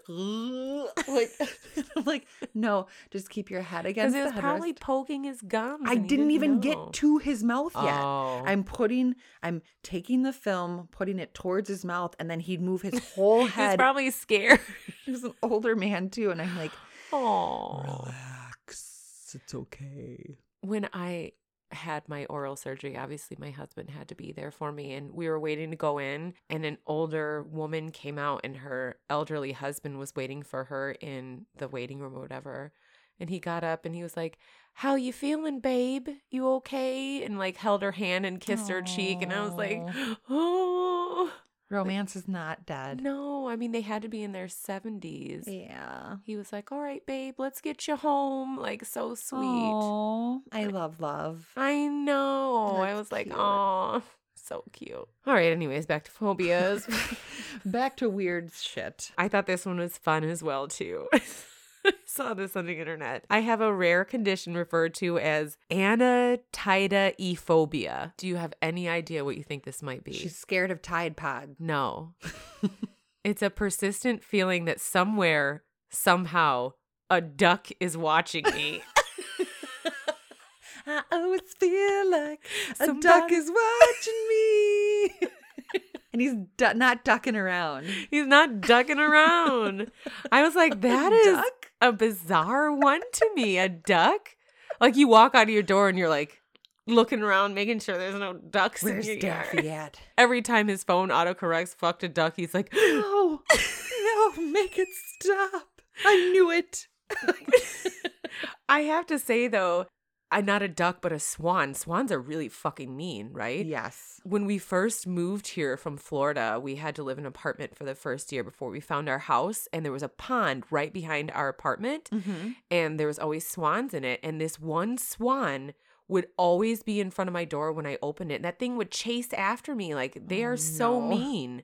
Speaker 1: like, I'm like, no, just keep your head
Speaker 2: Because
Speaker 1: against
Speaker 2: it
Speaker 1: the
Speaker 2: was
Speaker 1: headrest.
Speaker 2: probably poking his gums.
Speaker 1: I
Speaker 2: and he
Speaker 1: didn't even
Speaker 2: know.
Speaker 1: get to his mouth yet.
Speaker 2: Oh.
Speaker 1: I'm putting, I'm taking the film, putting it towards his mouth, and then he'd move his whole
Speaker 2: He was
Speaker 1: head.
Speaker 2: probably scared.
Speaker 1: he was an older man too, and I'm like,
Speaker 2: Oh.
Speaker 1: relax, it's okay.
Speaker 2: When I had my oral surgery, obviously my husband had to be there for me, and we were waiting to go in, and an older woman came out, and her elderly husband was waiting for her in the waiting room or whatever. And he got up and he was like, "How you feeling, babe? You okay?" And like held her hand and kissed her cheek, and I was like, "Oh."
Speaker 1: Romance is not dead.
Speaker 2: No, I mean they had to be in their seventies.
Speaker 1: Yeah.
Speaker 2: He was like, "All right, babe, let's get you home." Like so sweet.
Speaker 1: Aw, I love love.
Speaker 2: I know. I
Speaker 1: That's
Speaker 2: was like,
Speaker 1: cute.
Speaker 2: "Oh, so cute." All right. Anyways, back to phobias.
Speaker 1: Back to weird shit.
Speaker 2: I thought this one was fun as well too. I saw this on the internet. I have a rare condition referred to as anatidaephobia. Do you have any idea what you think this might be?
Speaker 1: She's scared of Tide Pod.
Speaker 2: No. it's a persistent feeling that somewhere, somehow, a duck is watching me.
Speaker 1: I always feel like a duck
Speaker 2: Somebody-
Speaker 1: is watching me. and he's du- not ducking around.
Speaker 2: He's not ducking around. I was like, that is
Speaker 1: Duck?
Speaker 2: a bizarre one to me. A duck? Like you walk out of your door and you're like looking around, making sure there's no ducks
Speaker 1: Where's
Speaker 2: in your yard.
Speaker 1: Daffy at?
Speaker 2: Every time his phone autocorrects fucked a duck, he's like,
Speaker 1: No, no, make it stop. I knew it.
Speaker 2: I have to say though, I'm not a duck, but a swan. Swans are really fucking mean, right?
Speaker 1: Yes.
Speaker 2: when we first moved here from Florida, we had to live in an apartment for the first year before we found our house. And there was a pond right behind our apartment,
Speaker 1: Mm-hmm.
Speaker 2: and there was always swans in it. And this one swan would always be in front of my door when I opened it. And that thing would chase after me. Like, they are
Speaker 1: Oh,
Speaker 2: so
Speaker 1: no.
Speaker 2: mean.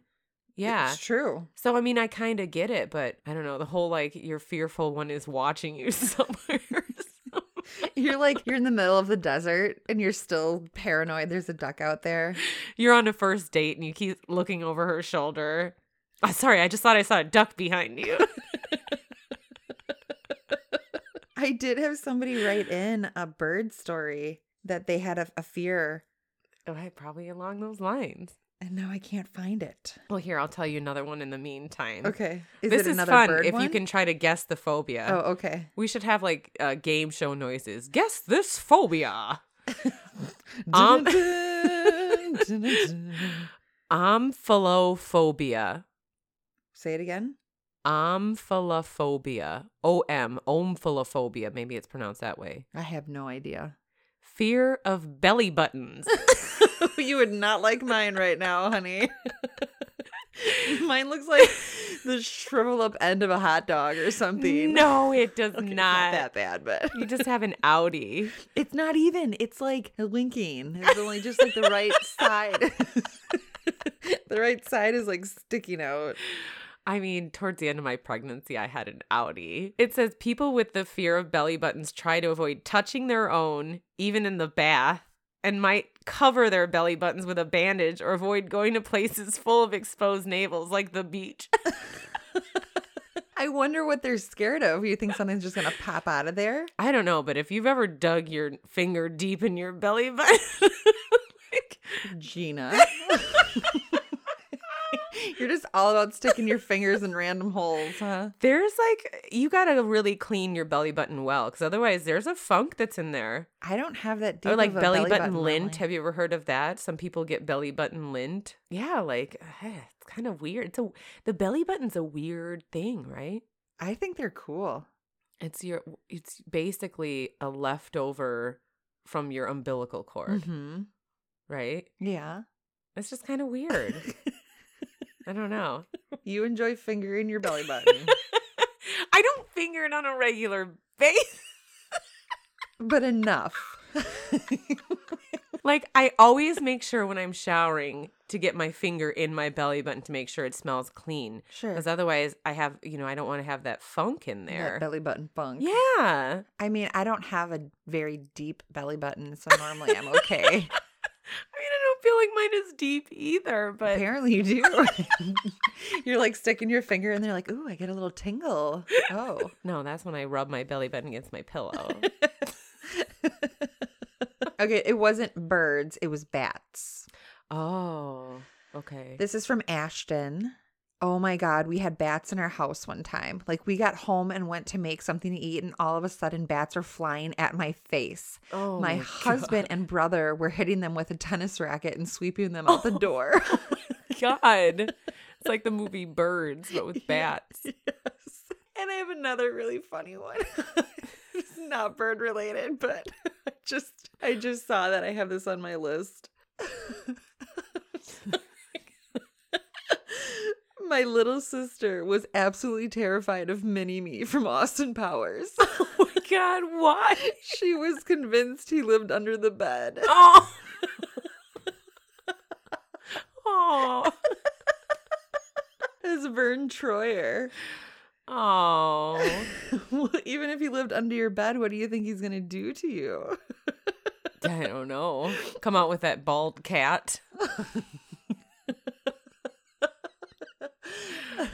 Speaker 2: Yeah.
Speaker 1: It's true.
Speaker 2: So, I mean, I kind of get it, but I don't know. The whole like, your fearful one is watching you somewhere.
Speaker 1: You're like, you're in the middle of the desert and you're still paranoid there's a duck out there.
Speaker 2: You're on a first date and you keep looking over her shoulder. Oh, sorry, I just thought I saw a duck behind you.
Speaker 1: I did have somebody write in a bird story that they had a, a fear
Speaker 2: Okay, Oh, probably along those lines.
Speaker 1: And now I can't find it.
Speaker 2: Well, here I'll tell you another one in the meantime.
Speaker 1: Okay.
Speaker 2: Mm. this is fun if you can uh, try to guess the phobia.
Speaker 1: Oh, okay.
Speaker 2: We should have like uh, game show noises. Guess this phobia.
Speaker 1: Dun,
Speaker 2: Um,
Speaker 1: dun, dun, dun, dun.
Speaker 2: Omphalophobia.
Speaker 1: Say it again.
Speaker 2: Omphalophobia. O M. Omphalophobia. Maybe it's pronounced that way.
Speaker 1: I have no idea.
Speaker 2: Fear of belly buttons.
Speaker 1: you would not like mine right now, honey. mine looks like the shrivel up end of a hot dog or something.
Speaker 2: no, it does
Speaker 1: Okay, it's
Speaker 2: not.
Speaker 1: that bad, but
Speaker 2: you just have an Audi.
Speaker 1: it's not even. It's like linking. It's only just like the right side. the right side is like sticking out.
Speaker 2: I mean, towards the end of my pregnancy, I had an Audi. It says people with the fear of belly buttons try to avoid touching their own, even in the bath, and might cover their belly buttons with a bandage or avoid going to places full of exposed navels like the beach.
Speaker 1: I wonder what they're scared of. You think something's just gonna pop out of there?
Speaker 2: I don't know, but if you've ever dug your finger deep in your belly button, like,
Speaker 1: Gina. You're just all about sticking your fingers in random holes, huh?
Speaker 2: there's like, you gotta really clean your belly button well, because otherwise there's a funk that's in there.
Speaker 1: I don't have that deep.
Speaker 2: Or like
Speaker 1: of a
Speaker 2: belly, button, lint.
Speaker 1: really.
Speaker 2: Have you ever heard of that? Some people get belly button lint. Yeah, like eh, it's kind of weird. It's a the belly button's a weird thing, right?
Speaker 1: I think they're cool.
Speaker 2: It's your it's basically a leftover from your umbilical cord,
Speaker 1: Mhm.
Speaker 2: right?
Speaker 1: Yeah.
Speaker 2: It's just kind of weird. I don't know.
Speaker 1: you enjoy fingering your belly button,
Speaker 2: I don't finger it on a regular basis.
Speaker 1: but enough.
Speaker 2: Like I always make sure when I'm showering to get my finger in my belly button to make sure it smells clean.
Speaker 1: sure.
Speaker 2: Because otherwise, I have, you know, I don't want to have that funk in
Speaker 1: That
Speaker 2: there.
Speaker 1: belly button funk.
Speaker 2: Yeah.
Speaker 1: I mean, I don't have a very deep belly button, so normally I'm okay.
Speaker 2: I mean, I don't feel like mine is deep either, but
Speaker 1: Apparently you do. You're like sticking your finger in there, like, ooh, I get a little tingle. Oh.
Speaker 2: no, that's when I rub my belly button against my pillow.
Speaker 1: okay, it wasn't birds, it was bats.
Speaker 2: oh, okay.
Speaker 1: This is from Ashton. Oh my God, we had bats in our house one time. Like, we got home and went to make something to eat, and all of a sudden, bats are flying at my face.
Speaker 2: oh,
Speaker 1: my
Speaker 2: God.
Speaker 1: husband and brother were hitting them with a tennis racket and sweeping them out the door.
Speaker 2: God. It's like the movie Birds, but with bats.
Speaker 1: yes. And I have another really funny one. it's not bird related, but I just I just saw that I have this on my list. my little sister was absolutely terrified of Mini Me from Austin Powers.
Speaker 2: Oh, God, why?
Speaker 1: she was convinced he lived under the bed.
Speaker 2: Oh. oh.
Speaker 1: As Vern Troyer.
Speaker 2: Oh.
Speaker 1: well, even if he lived under your bed, what do you think he's gonna do to you?
Speaker 2: I don't know. Come out with that bald cat.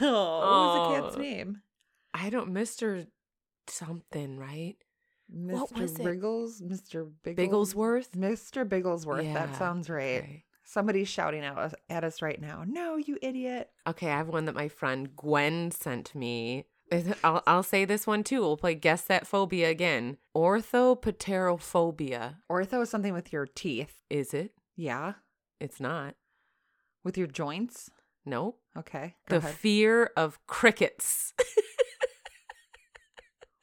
Speaker 1: Oh, what was the cat's
Speaker 2: Oh.
Speaker 1: name?
Speaker 2: I don't, Mr. something, right?
Speaker 1: Mr.
Speaker 2: What was it?
Speaker 1: Wriggles, Mr. Biggles,
Speaker 2: Bigglesworth?
Speaker 1: Mr. Bigglesworth. That
Speaker 2: Yeah,
Speaker 1: sounds right.
Speaker 2: Okay.
Speaker 1: Somebody's shouting at us, at us right now. No, you idiot.
Speaker 2: Okay, I have one that my friend Gwen sent me. I'll, I'll say this one too. We'll play Guess That Phobia again. Orthopaterophobia.
Speaker 1: Ortho is something with your teeth.
Speaker 2: Is it?
Speaker 1: Yeah,
Speaker 2: It's not.
Speaker 1: with your joints.
Speaker 2: Nope.
Speaker 1: Okay,
Speaker 2: the
Speaker 1: go ahead.
Speaker 2: fear of crickets.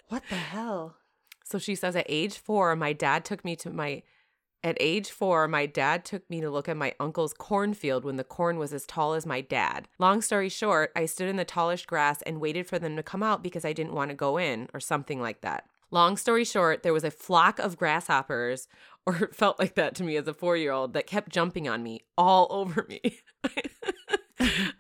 Speaker 1: what the hell?
Speaker 2: So she says at age four, my dad took me to my at age four, my dad took me to look at my uncle's cornfield when the corn was as tall as my dad. Long story short, I stood in the tallest grass and waited for them to come out because I didn't want to go in or something like that. Long story short, there was a flock of grasshoppers, or it felt like that to me as a four year old, that kept jumping on me all over me.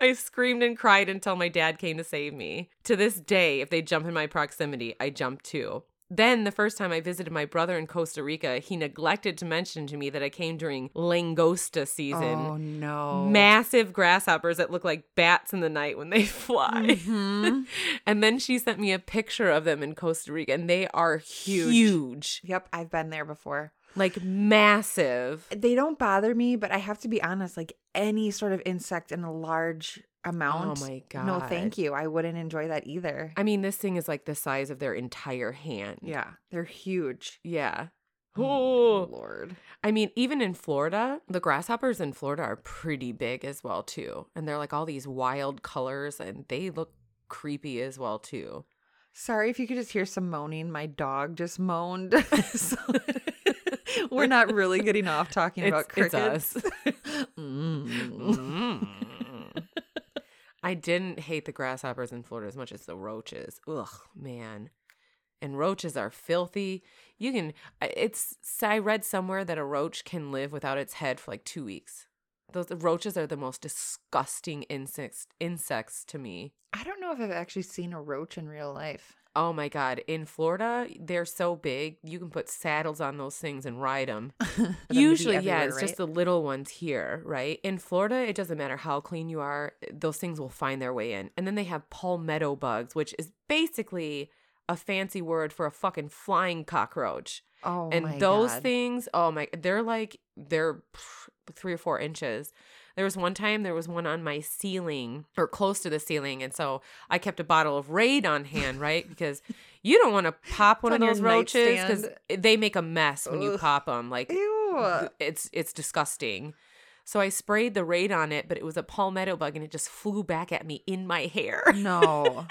Speaker 2: I screamed and cried until my dad came to save me. To this day, if they jump in my proximity, I jump too. Then, the first time I visited my brother in Costa Rica, he neglected to mention to me that I came during langosta
Speaker 1: Oh
Speaker 2: season.
Speaker 1: no,
Speaker 2: Massive grasshoppers that look like bats in the night when they fly.
Speaker 1: Mhm.
Speaker 2: and then she sent me a picture of them in Costa Rica, and they are huge.
Speaker 1: Yep, I've been there before.
Speaker 2: Like massive.
Speaker 1: They don't bother me, but I have to be honest, like any sort of insect in a large amount.
Speaker 2: Oh my
Speaker 1: No,
Speaker 2: God.
Speaker 1: thank you. I wouldn't enjoy that either.
Speaker 2: I mean, this thing is like the size of their entire hand.
Speaker 1: yeah, Hmm. they're huge.
Speaker 2: Yeah.
Speaker 1: my
Speaker 2: Oh,
Speaker 1: Lord.
Speaker 2: I mean, even in Florida, the grasshoppers in Florida are pretty big as well too, and they're like all these wild colors, and they look creepy as well too.
Speaker 1: Sorry if you could just hear some moaning. My dog just moaned. So- we're not really getting off talking about
Speaker 2: It's-
Speaker 1: crickets.
Speaker 2: It's us. Mm. I didn't hate the grasshoppers in Florida as much as the roaches. Ugh, man. And roaches are filthy. You can, I- it's, I read somewhere that a roach can live without its head for like two weeks. Those roaches are the most disgusting insects, insects to me.
Speaker 1: I don't know if I've actually seen a roach in real life.
Speaker 2: Oh my God. In Florida, they're so big. You can put saddles on those things and ride them. Usually, yeah, it's just the little ones here, right? In Florida, it doesn't matter how clean you are, those things will find their way in. And then they have palmetto bugs, which is basically a fancy word for a fucking flying cockroach.
Speaker 1: oh, my
Speaker 2: and those
Speaker 1: God.
Speaker 2: things, oh my, they're like, they're pff, three or four inches. There was one time there was one on my ceiling or close to the ceiling. And so I kept a bottle of Raid on hand, right? Because you don't want to pop one
Speaker 1: on
Speaker 2: of
Speaker 1: your
Speaker 2: those roaches because
Speaker 1: nightstand.
Speaker 2: they make a mess when you
Speaker 1: Ugh.
Speaker 2: pop them. Like,
Speaker 1: Ew.
Speaker 2: Th- it's it's disgusting. So I sprayed the raid on it, but it was a palmetto bug and it just flew back at me in my hair.
Speaker 1: No.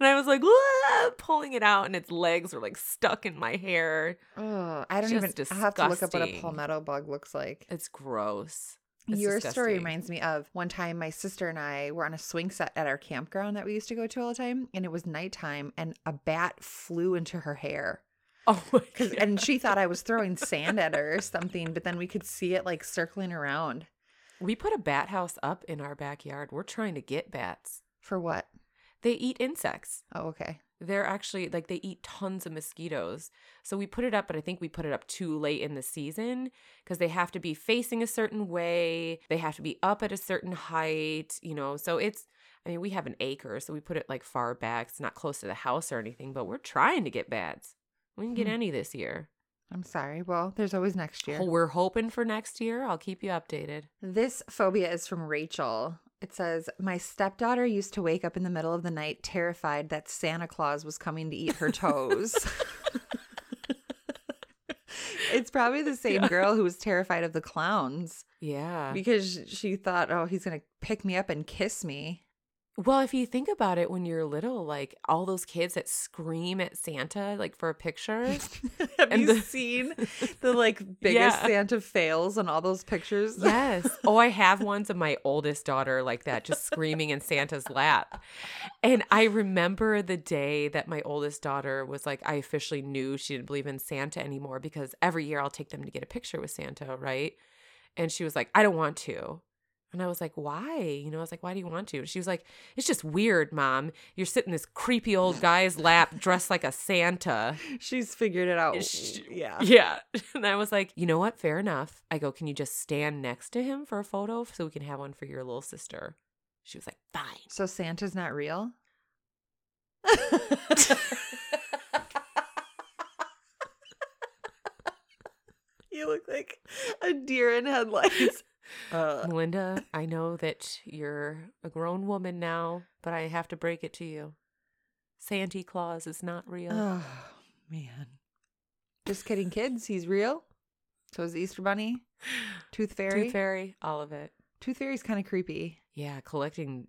Speaker 2: And I was like, "Wah," pulling it out and its legs were like stuck in my hair.
Speaker 1: Ugh, I don't even.
Speaker 2: Just
Speaker 1: I have to look up what a
Speaker 2: disgusting.
Speaker 1: palmetto bug looks like.
Speaker 2: It's gross. It's
Speaker 1: Your story
Speaker 2: disgusting.
Speaker 1: reminds me of one time my sister and I were on a swing set at our campground that we used to go to all the time, and it was nighttime, and a bat flew into her hair.
Speaker 2: Oh my
Speaker 1: 'Cause-
Speaker 2: god.
Speaker 1: And she thought I was throwing sand at her or something, but then we could see it like circling around.
Speaker 2: we put a bat house up in our backyard. We're trying to get bats.
Speaker 1: For what?
Speaker 2: They eat insects.
Speaker 1: Oh, okay.
Speaker 2: They're actually like they eat tons of mosquitoes. So we put it up, but I think we put it up too late in the season because they have to be facing a certain way. They have to be up at a certain height, you know. So it's, I mean, we have an acre, so we put it like far back. It's not close to the house or anything, but we're trying to get bats. We didn't get
Speaker 1: Hmm.
Speaker 2: any this year.
Speaker 1: I'm sorry. Well, there's always next year.
Speaker 2: Ho- We're hoping for next year. I'll keep you updated.
Speaker 1: This phobia is from Rachel. It says, My stepdaughter used to wake up in the middle of the night terrified that Santa Claus was coming to eat her toes. it's probably the same girl who was terrified of the clowns
Speaker 2: Yeah.
Speaker 1: because she thought, Oh, he's going to pick me up and kiss me.
Speaker 2: Well, if you think about it, when you're little, like all those kids that scream at Santa, like for a picture.
Speaker 1: Have
Speaker 2: And
Speaker 1: you
Speaker 2: the-
Speaker 1: seen the like biggest
Speaker 2: Yeah.
Speaker 1: Santa fails on all those pictures?
Speaker 2: Yes. Oh, I have ones of my oldest daughter like that, just screaming in Santa's lap. And I remember the day that my oldest daughter was like, I officially knew she didn't believe in Santa anymore because every year I'll take them to get a picture with Santa, right? And she was like, I don't want to. And I was like, why? You know, I was like, why do you want to? She was like, it's just weird, mom. You're sitting in this creepy old guy's lap dressed like a Santa.
Speaker 1: She's figured it out.
Speaker 2: Sh-
Speaker 1: yeah.
Speaker 2: Yeah. And I was like, you know what? Fair enough. I go, can you just stand next to him for a photo so we can have one for your little sister? She was like, fine.
Speaker 1: So Santa's not real? You look like a deer in headlights. Uh,
Speaker 2: Melinda, I know that you're a grown woman now, but I have to break it to you. Santa Claus is not real.
Speaker 1: oh, man. Just kidding, kids. He's real. So is the Easter Bunny, Tooth Fairy.
Speaker 2: Tooth Fairy, all of it.
Speaker 1: Tooth Fairy's kind of creepy.
Speaker 2: Yeah, collecting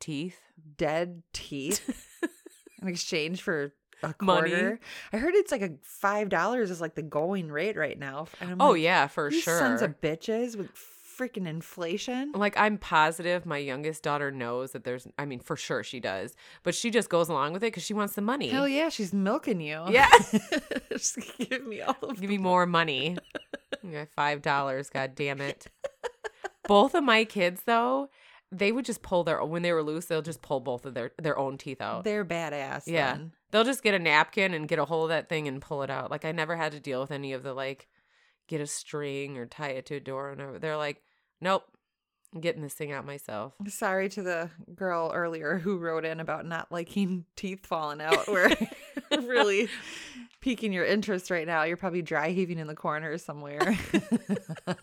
Speaker 2: teeth.
Speaker 1: Dead teeth in exchange for a
Speaker 2: Money.
Speaker 1: quarter. I heard it's like a five dollars is like the going rate right now. And I'm
Speaker 2: Oh,
Speaker 1: like,
Speaker 2: yeah, for
Speaker 1: These
Speaker 2: sure.
Speaker 1: sons of bitches with freaking inflation.
Speaker 2: like I'm positive my youngest daughter knows that there's I mean for sure she does, but she just goes along with it cuz she wants the money.
Speaker 1: Hell yeah, she's milking you.
Speaker 2: Yeah.
Speaker 1: Just give me all of
Speaker 2: Give me more money. Yeah, Five dollars, god damn it. Both of my kids though, they would just pull their when they were loose, they'll just pull both of their their own teeth out.
Speaker 1: They're badass.
Speaker 2: Yeah.
Speaker 1: then.
Speaker 2: They'll just get a napkin and get a hold of that thing and pull it out. Like I never had to deal with any of the like get a string or tie it to a door and over. they're like, Nope, I'm getting this thing out myself.
Speaker 1: Sorry to the girl earlier who wrote in about not liking teeth falling out. Where really piquing your interest right now. You're probably dry heaving in the corner somewhere.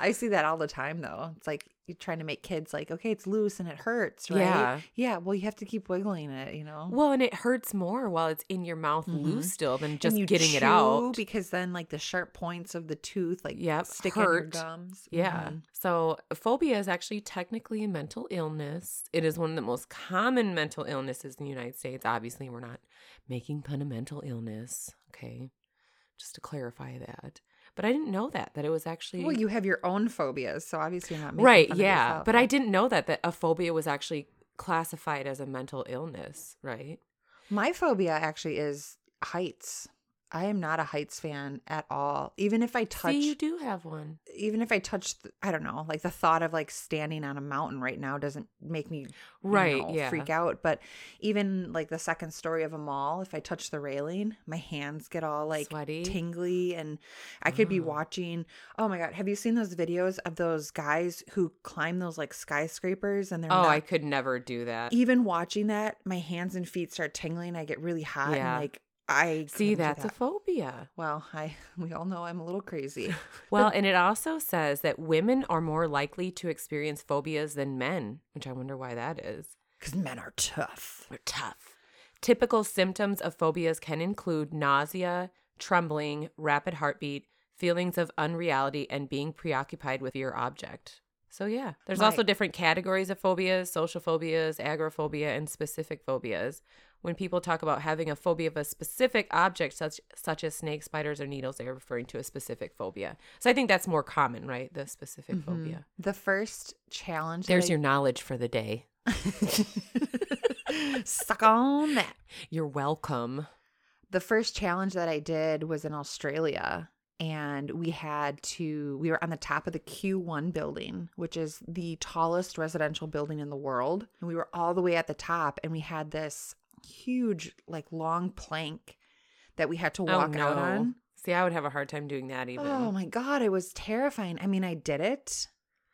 Speaker 1: I see that all the time though. It's like you're trying to make kids like, okay, it's loose and it hurts, right?
Speaker 2: Yeah.
Speaker 1: Yeah. Well, you have to keep wiggling it, you know.
Speaker 2: Well, and it hurts more while it's in your mouth
Speaker 1: Mhm.
Speaker 2: loose still than
Speaker 1: And
Speaker 2: just
Speaker 1: you
Speaker 2: getting it
Speaker 1: chew
Speaker 2: out.
Speaker 1: because then like the sharp points of the tooth like
Speaker 2: Yep,
Speaker 1: stick in your
Speaker 2: hurt.
Speaker 1: gums.
Speaker 2: Yeah.
Speaker 1: Mhm.
Speaker 2: So phobia is actually technically a mental illness. It is one of the most common mental illnesses in the United States. Obviously, we're not making pun a mental illness. Okay. Just to clarify that. But I didn't know that, that it was actually.
Speaker 1: Well, you have your own phobias, so obviously you're not making
Speaker 2: right.
Speaker 1: fun of
Speaker 2: Yeah.
Speaker 1: yourself.
Speaker 2: But I didn't know that, that a phobia was actually classified as a mental illness. Right.
Speaker 1: My phobia actually is heights. I am not a heights fan at all. Even if I touch,
Speaker 2: See, you do have one.
Speaker 1: even if I touch, th- I don't know, like the thought of like standing on a mountain right now doesn't make me you
Speaker 2: Right.
Speaker 1: know,
Speaker 2: yeah.
Speaker 1: freak out. But even like the second story of a mall, if I touch the railing, my hands get all like
Speaker 2: Sweaty.
Speaker 1: tingly, and I could be
Speaker 2: Oh.
Speaker 1: watching. Oh my god, have you seen those videos of those guys who climb those like skyscrapers and they're
Speaker 2: oh,
Speaker 1: not
Speaker 2: I could never do that.
Speaker 1: even watching that, my hands and feet start tingling. I get really hot
Speaker 2: Yeah.
Speaker 1: and like I
Speaker 2: See,
Speaker 1: couldn't do
Speaker 2: that's a
Speaker 1: that.
Speaker 2: phobia.
Speaker 1: well, I we all know I'm a little crazy.
Speaker 2: Well, and it also says that women are more likely to experience phobias than men, which I wonder why that is.
Speaker 1: Because men are tough.
Speaker 2: We're tough. Typical symptoms of phobias can include nausea, trembling, rapid heartbeat, feelings of unreality, and being preoccupied with your object. So, yeah, there's
Speaker 1: Right.
Speaker 2: also different categories of phobias social phobias, agoraphobia, and specific phobias. When people talk about having a phobia of a specific object, such, such as snakes, spiders, or needles, they are referring to a specific phobia. So, I think that's more common, right? The specific
Speaker 1: Mm-hmm.
Speaker 2: phobia.
Speaker 1: The first challenge. that
Speaker 2: There's
Speaker 1: I-
Speaker 2: your knowledge for the day.
Speaker 1: suck on that.
Speaker 2: You're welcome.
Speaker 1: The first challenge that I did was in Australia. And we had to, we were on the top of the Q1 building, which is the tallest residential building in the world. And we were all the way at the top, and we had this huge, like long plank that we had to walk out on.
Speaker 2: See, I would have a hard time doing that Oh, even.
Speaker 1: Oh my god, it was terrifying. I mean, I did it.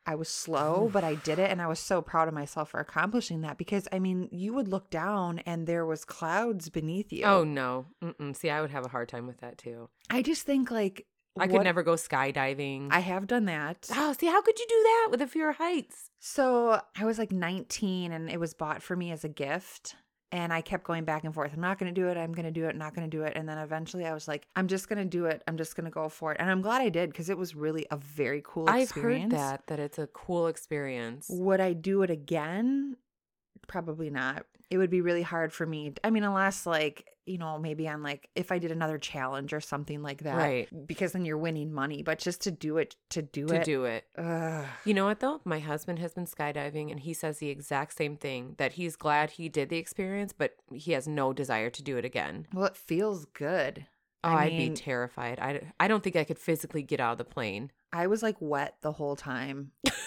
Speaker 1: I was slow, but I did it and I was so proud of myself for accomplishing that because I mean, you would look down and there was clouds beneath you.
Speaker 2: Oh no. Mm-mm. See, I would have a hard time with that too.
Speaker 1: I just think like
Speaker 2: I could
Speaker 1: what-
Speaker 2: never go skydiving.
Speaker 1: I have done that.
Speaker 2: oh, see, how could you do that with a fear of heights?
Speaker 1: So, I was like 19 and it was bought for me as a gift. And I kept going back and forth. I'm not going to do it. I'm going to do it. Not going to do it. And then eventually I was like, I'm just going to do it. I'm just going to go for it. And I'm glad I did because it was really a very cool
Speaker 2: I've
Speaker 1: experience.
Speaker 2: heard that that it's a cool experience.
Speaker 1: Would I do it again? Probably not. It would be really hard for me. I mean, unless like, you know, maybe on like if I did another challenge or something like that.
Speaker 2: Right.
Speaker 1: Because then you're winning money. But just to do it to do
Speaker 2: to
Speaker 1: it.
Speaker 2: do it.
Speaker 1: ugh.
Speaker 2: You know what though? My husband has been skydiving and he says the exact same thing that he's glad he did the experience, but he has no desire to do it again.
Speaker 1: Well, it feels good.
Speaker 2: Oh,
Speaker 1: I
Speaker 2: I would
Speaker 1: mean-
Speaker 2: be terrified. I, I don't think I could physically get out of the plane.
Speaker 1: I was like wet the whole time.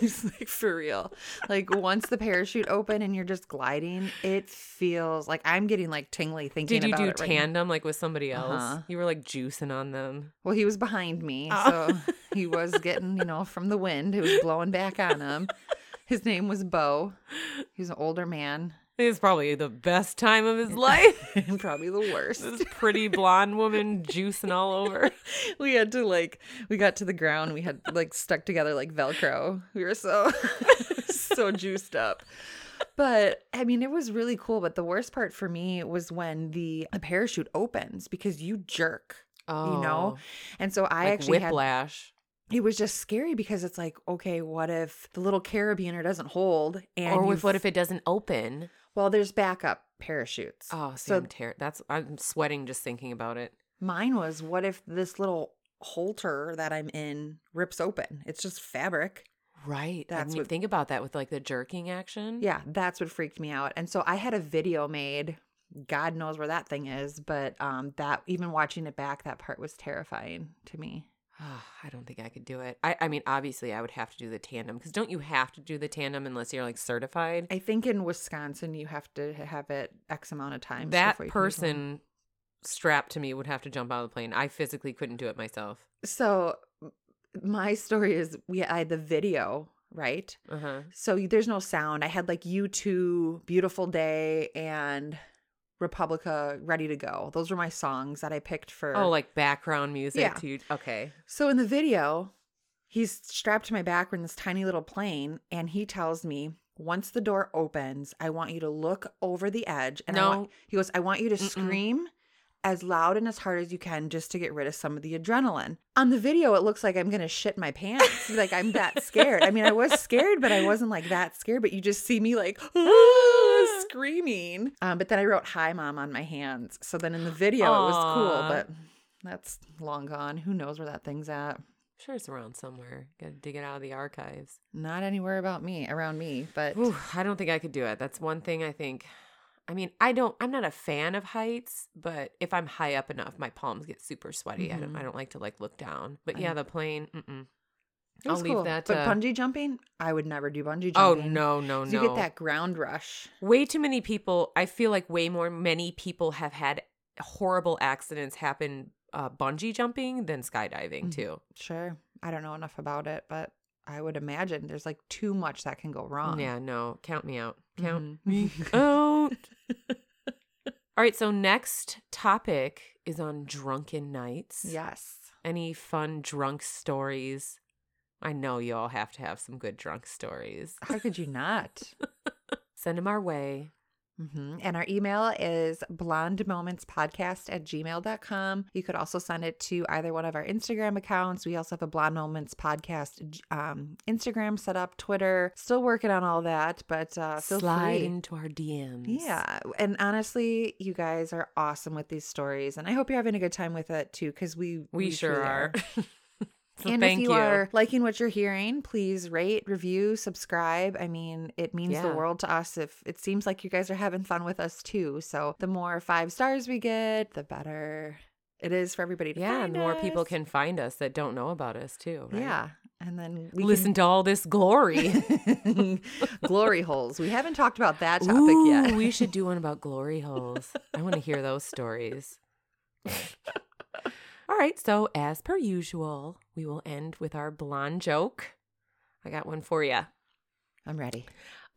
Speaker 1: It's, like for real. Like once the parachute opened and you're just gliding, it feels like I'm getting like tingly thinking
Speaker 2: Did you
Speaker 1: about
Speaker 2: do
Speaker 1: it right now.
Speaker 2: tandem like with somebody else?
Speaker 1: Uh-huh.
Speaker 2: You were like juicing on them.
Speaker 1: Well, he was behind me,
Speaker 2: Oh.
Speaker 1: so he was getting, you know, from the wind. It was blowing back on him. His name was Bo. He was an older man
Speaker 2: It's probably the best time of his life.
Speaker 1: and probably the worst.
Speaker 2: this pretty blonde woman juicing all over.
Speaker 1: We had to like we got to the ground, we had like stuck together like velcro. We were so so juiced up. But I mean, it was really cool, but the worst part for me was when the, the parachute opens because you jerk.
Speaker 2: Oh,
Speaker 1: know, And so I
Speaker 2: like
Speaker 1: actually had
Speaker 2: whiplash.
Speaker 1: it was just scary because it's like, okay, what if the little carabiner doesn't hold? And
Speaker 2: or
Speaker 1: you
Speaker 2: with what if
Speaker 1: f-
Speaker 2: it doesn't open?
Speaker 1: Well, there's backup parachutes.
Speaker 2: Oh, see,
Speaker 1: So-
Speaker 2: I'm ter- That's I'm sweating just thinking about it.
Speaker 1: Mine was, what if this little halter that I'm in rips open? It's just fabric.
Speaker 2: Right.
Speaker 1: That's
Speaker 2: I didn't even
Speaker 1: what-
Speaker 2: think about that with like the jerking action.
Speaker 1: Yeah, that's what freaked me out. And so I had a video made. God knows where that thing is, but um, that even watching it back, that part was terrifying to me.
Speaker 2: Ah, I don't think I could do it. I, I mean, obviously, I would have to do the tandem because don't you have to do the tandem unless you're like certified?
Speaker 1: I think in Wisconsin, you have to have it X amount of times.
Speaker 2: that
Speaker 1: before you can do one.
Speaker 2: person strapped to me would have to jump out of the plane. I physically couldn't do it myself.
Speaker 1: So m- my story is we I had the video, right?
Speaker 2: Uh huh.
Speaker 1: So you- there's no sound. I had like you two, beautiful day, and Republica, Ready to Go. Those were my songs that I picked for.
Speaker 2: Oh, like background music
Speaker 1: Yeah.
Speaker 2: too. Okay.
Speaker 1: So in the video, he's strapped to my back in this tiny little plane, and he tells me, once the door opens, I want you to look over the edge. And I want,
Speaker 2: No.
Speaker 1: he goes, I want you to
Speaker 2: Mm-mm.
Speaker 1: scream as loud and as hard as you can just to get rid of some of the adrenaline. On the video, it looks like I'm going to shit my pants. like I'm that scared. I mean, I was scared, but I wasn't like that scared. But you just see me like screaming. Um, but then I wrote hi, mom on my hands. So then in the video, it was cool,
Speaker 2: Aw.
Speaker 1: but that's long gone. Who knows where that thing's at?
Speaker 2: sure it's around somewhere. Gotta dig it out of the archives.
Speaker 1: Not anywhere about me, around me, but
Speaker 2: Ooh, I don't think I could do it. That's one thing I think. I mean, I don't. I'm not a fan of heights, but if I'm high up enough, my palms get super sweaty. I don't.
Speaker 1: Mhm.
Speaker 2: I don't like to like look down. But
Speaker 1: I-
Speaker 2: yeah, the plane. Mm-mm.
Speaker 1: it
Speaker 2: I'll
Speaker 1: was
Speaker 2: leave
Speaker 1: cool.
Speaker 2: that.
Speaker 1: But
Speaker 2: uh,
Speaker 1: bungee jumping, I would never do bungee
Speaker 2: oh
Speaker 1: jumping.
Speaker 2: no, no, no!
Speaker 1: 'Cause You get that ground rush.
Speaker 2: Way too many people. I feel like way more many people have had horrible accidents happen uh, bungee jumping than skydiving
Speaker 1: Mhm.
Speaker 2: too.
Speaker 1: Sure. I don't know enough about it, but I would imagine there's like too much that can go wrong.
Speaker 2: Yeah, no, count me out. Count
Speaker 1: Mhm.
Speaker 2: me out. All right, so next topic is on drunken nights.
Speaker 1: Yes.
Speaker 2: Any fun drunk stories? I know you all have to have some good drunk stories.
Speaker 1: How could you not?
Speaker 2: Send them our way.
Speaker 1: hmm And our email is blondemomentspodcast at gmail.com. You could also send it to either one of our Instagram accounts. We also have a Blonde Moments Podcast um, Instagram set up, Twitter. Still working on all that, but uh, feel
Speaker 2: Slide
Speaker 1: free.
Speaker 2: into our DMs.
Speaker 1: Yeah. And honestly, you guys are awesome with these stories. And I hope you're having a good time with it too, because we,
Speaker 2: We, sure
Speaker 1: truly
Speaker 2: are. so
Speaker 1: and
Speaker 2: thank
Speaker 1: if you, are liking what you're hearing, please rate, review, subscribe. I mean, it means the
Speaker 2: Yeah.
Speaker 1: world to us if it seems like you guys are having fun with us too. So the more five stars we get, the better it is for everybody to
Speaker 2: yeah,
Speaker 1: find
Speaker 2: and more people
Speaker 1: us.
Speaker 2: can find us that don't know about us too. right?
Speaker 1: Yeah. And then we
Speaker 2: Listen to all this glory.
Speaker 1: can... glory holes. We haven't talked about that topic
Speaker 2: Ooh,
Speaker 1: yet.
Speaker 2: we should do one about glory holes. I want to hear those stories. All right, so as per usual, we will end with our blonde joke. I got one for you.
Speaker 1: I'm ready.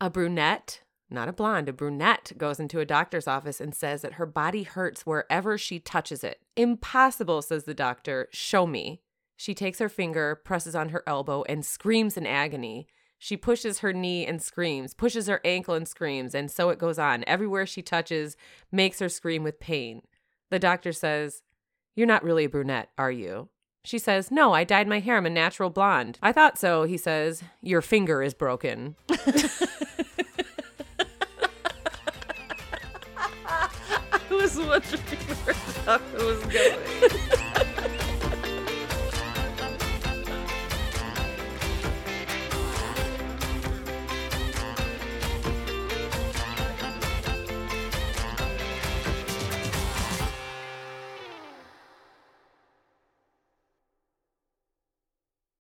Speaker 2: A brunette, not a blonde, a brunette goes into a doctor's office and says that her body hurts wherever she touches it. Impossible, says the doctor. Show me. She takes her finger, presses on her elbow, and screams in agony. She pushes her knee and screams, pushes her ankle and screams, and so it goes on. Everywhere she touches makes her scream with pain. The doctor says, You're not really a brunette, are you? She says, No, I dyed my hair. I'm a natural blonde. I thought so, he says. Your finger is broken.
Speaker 1: I was wondering where that was going.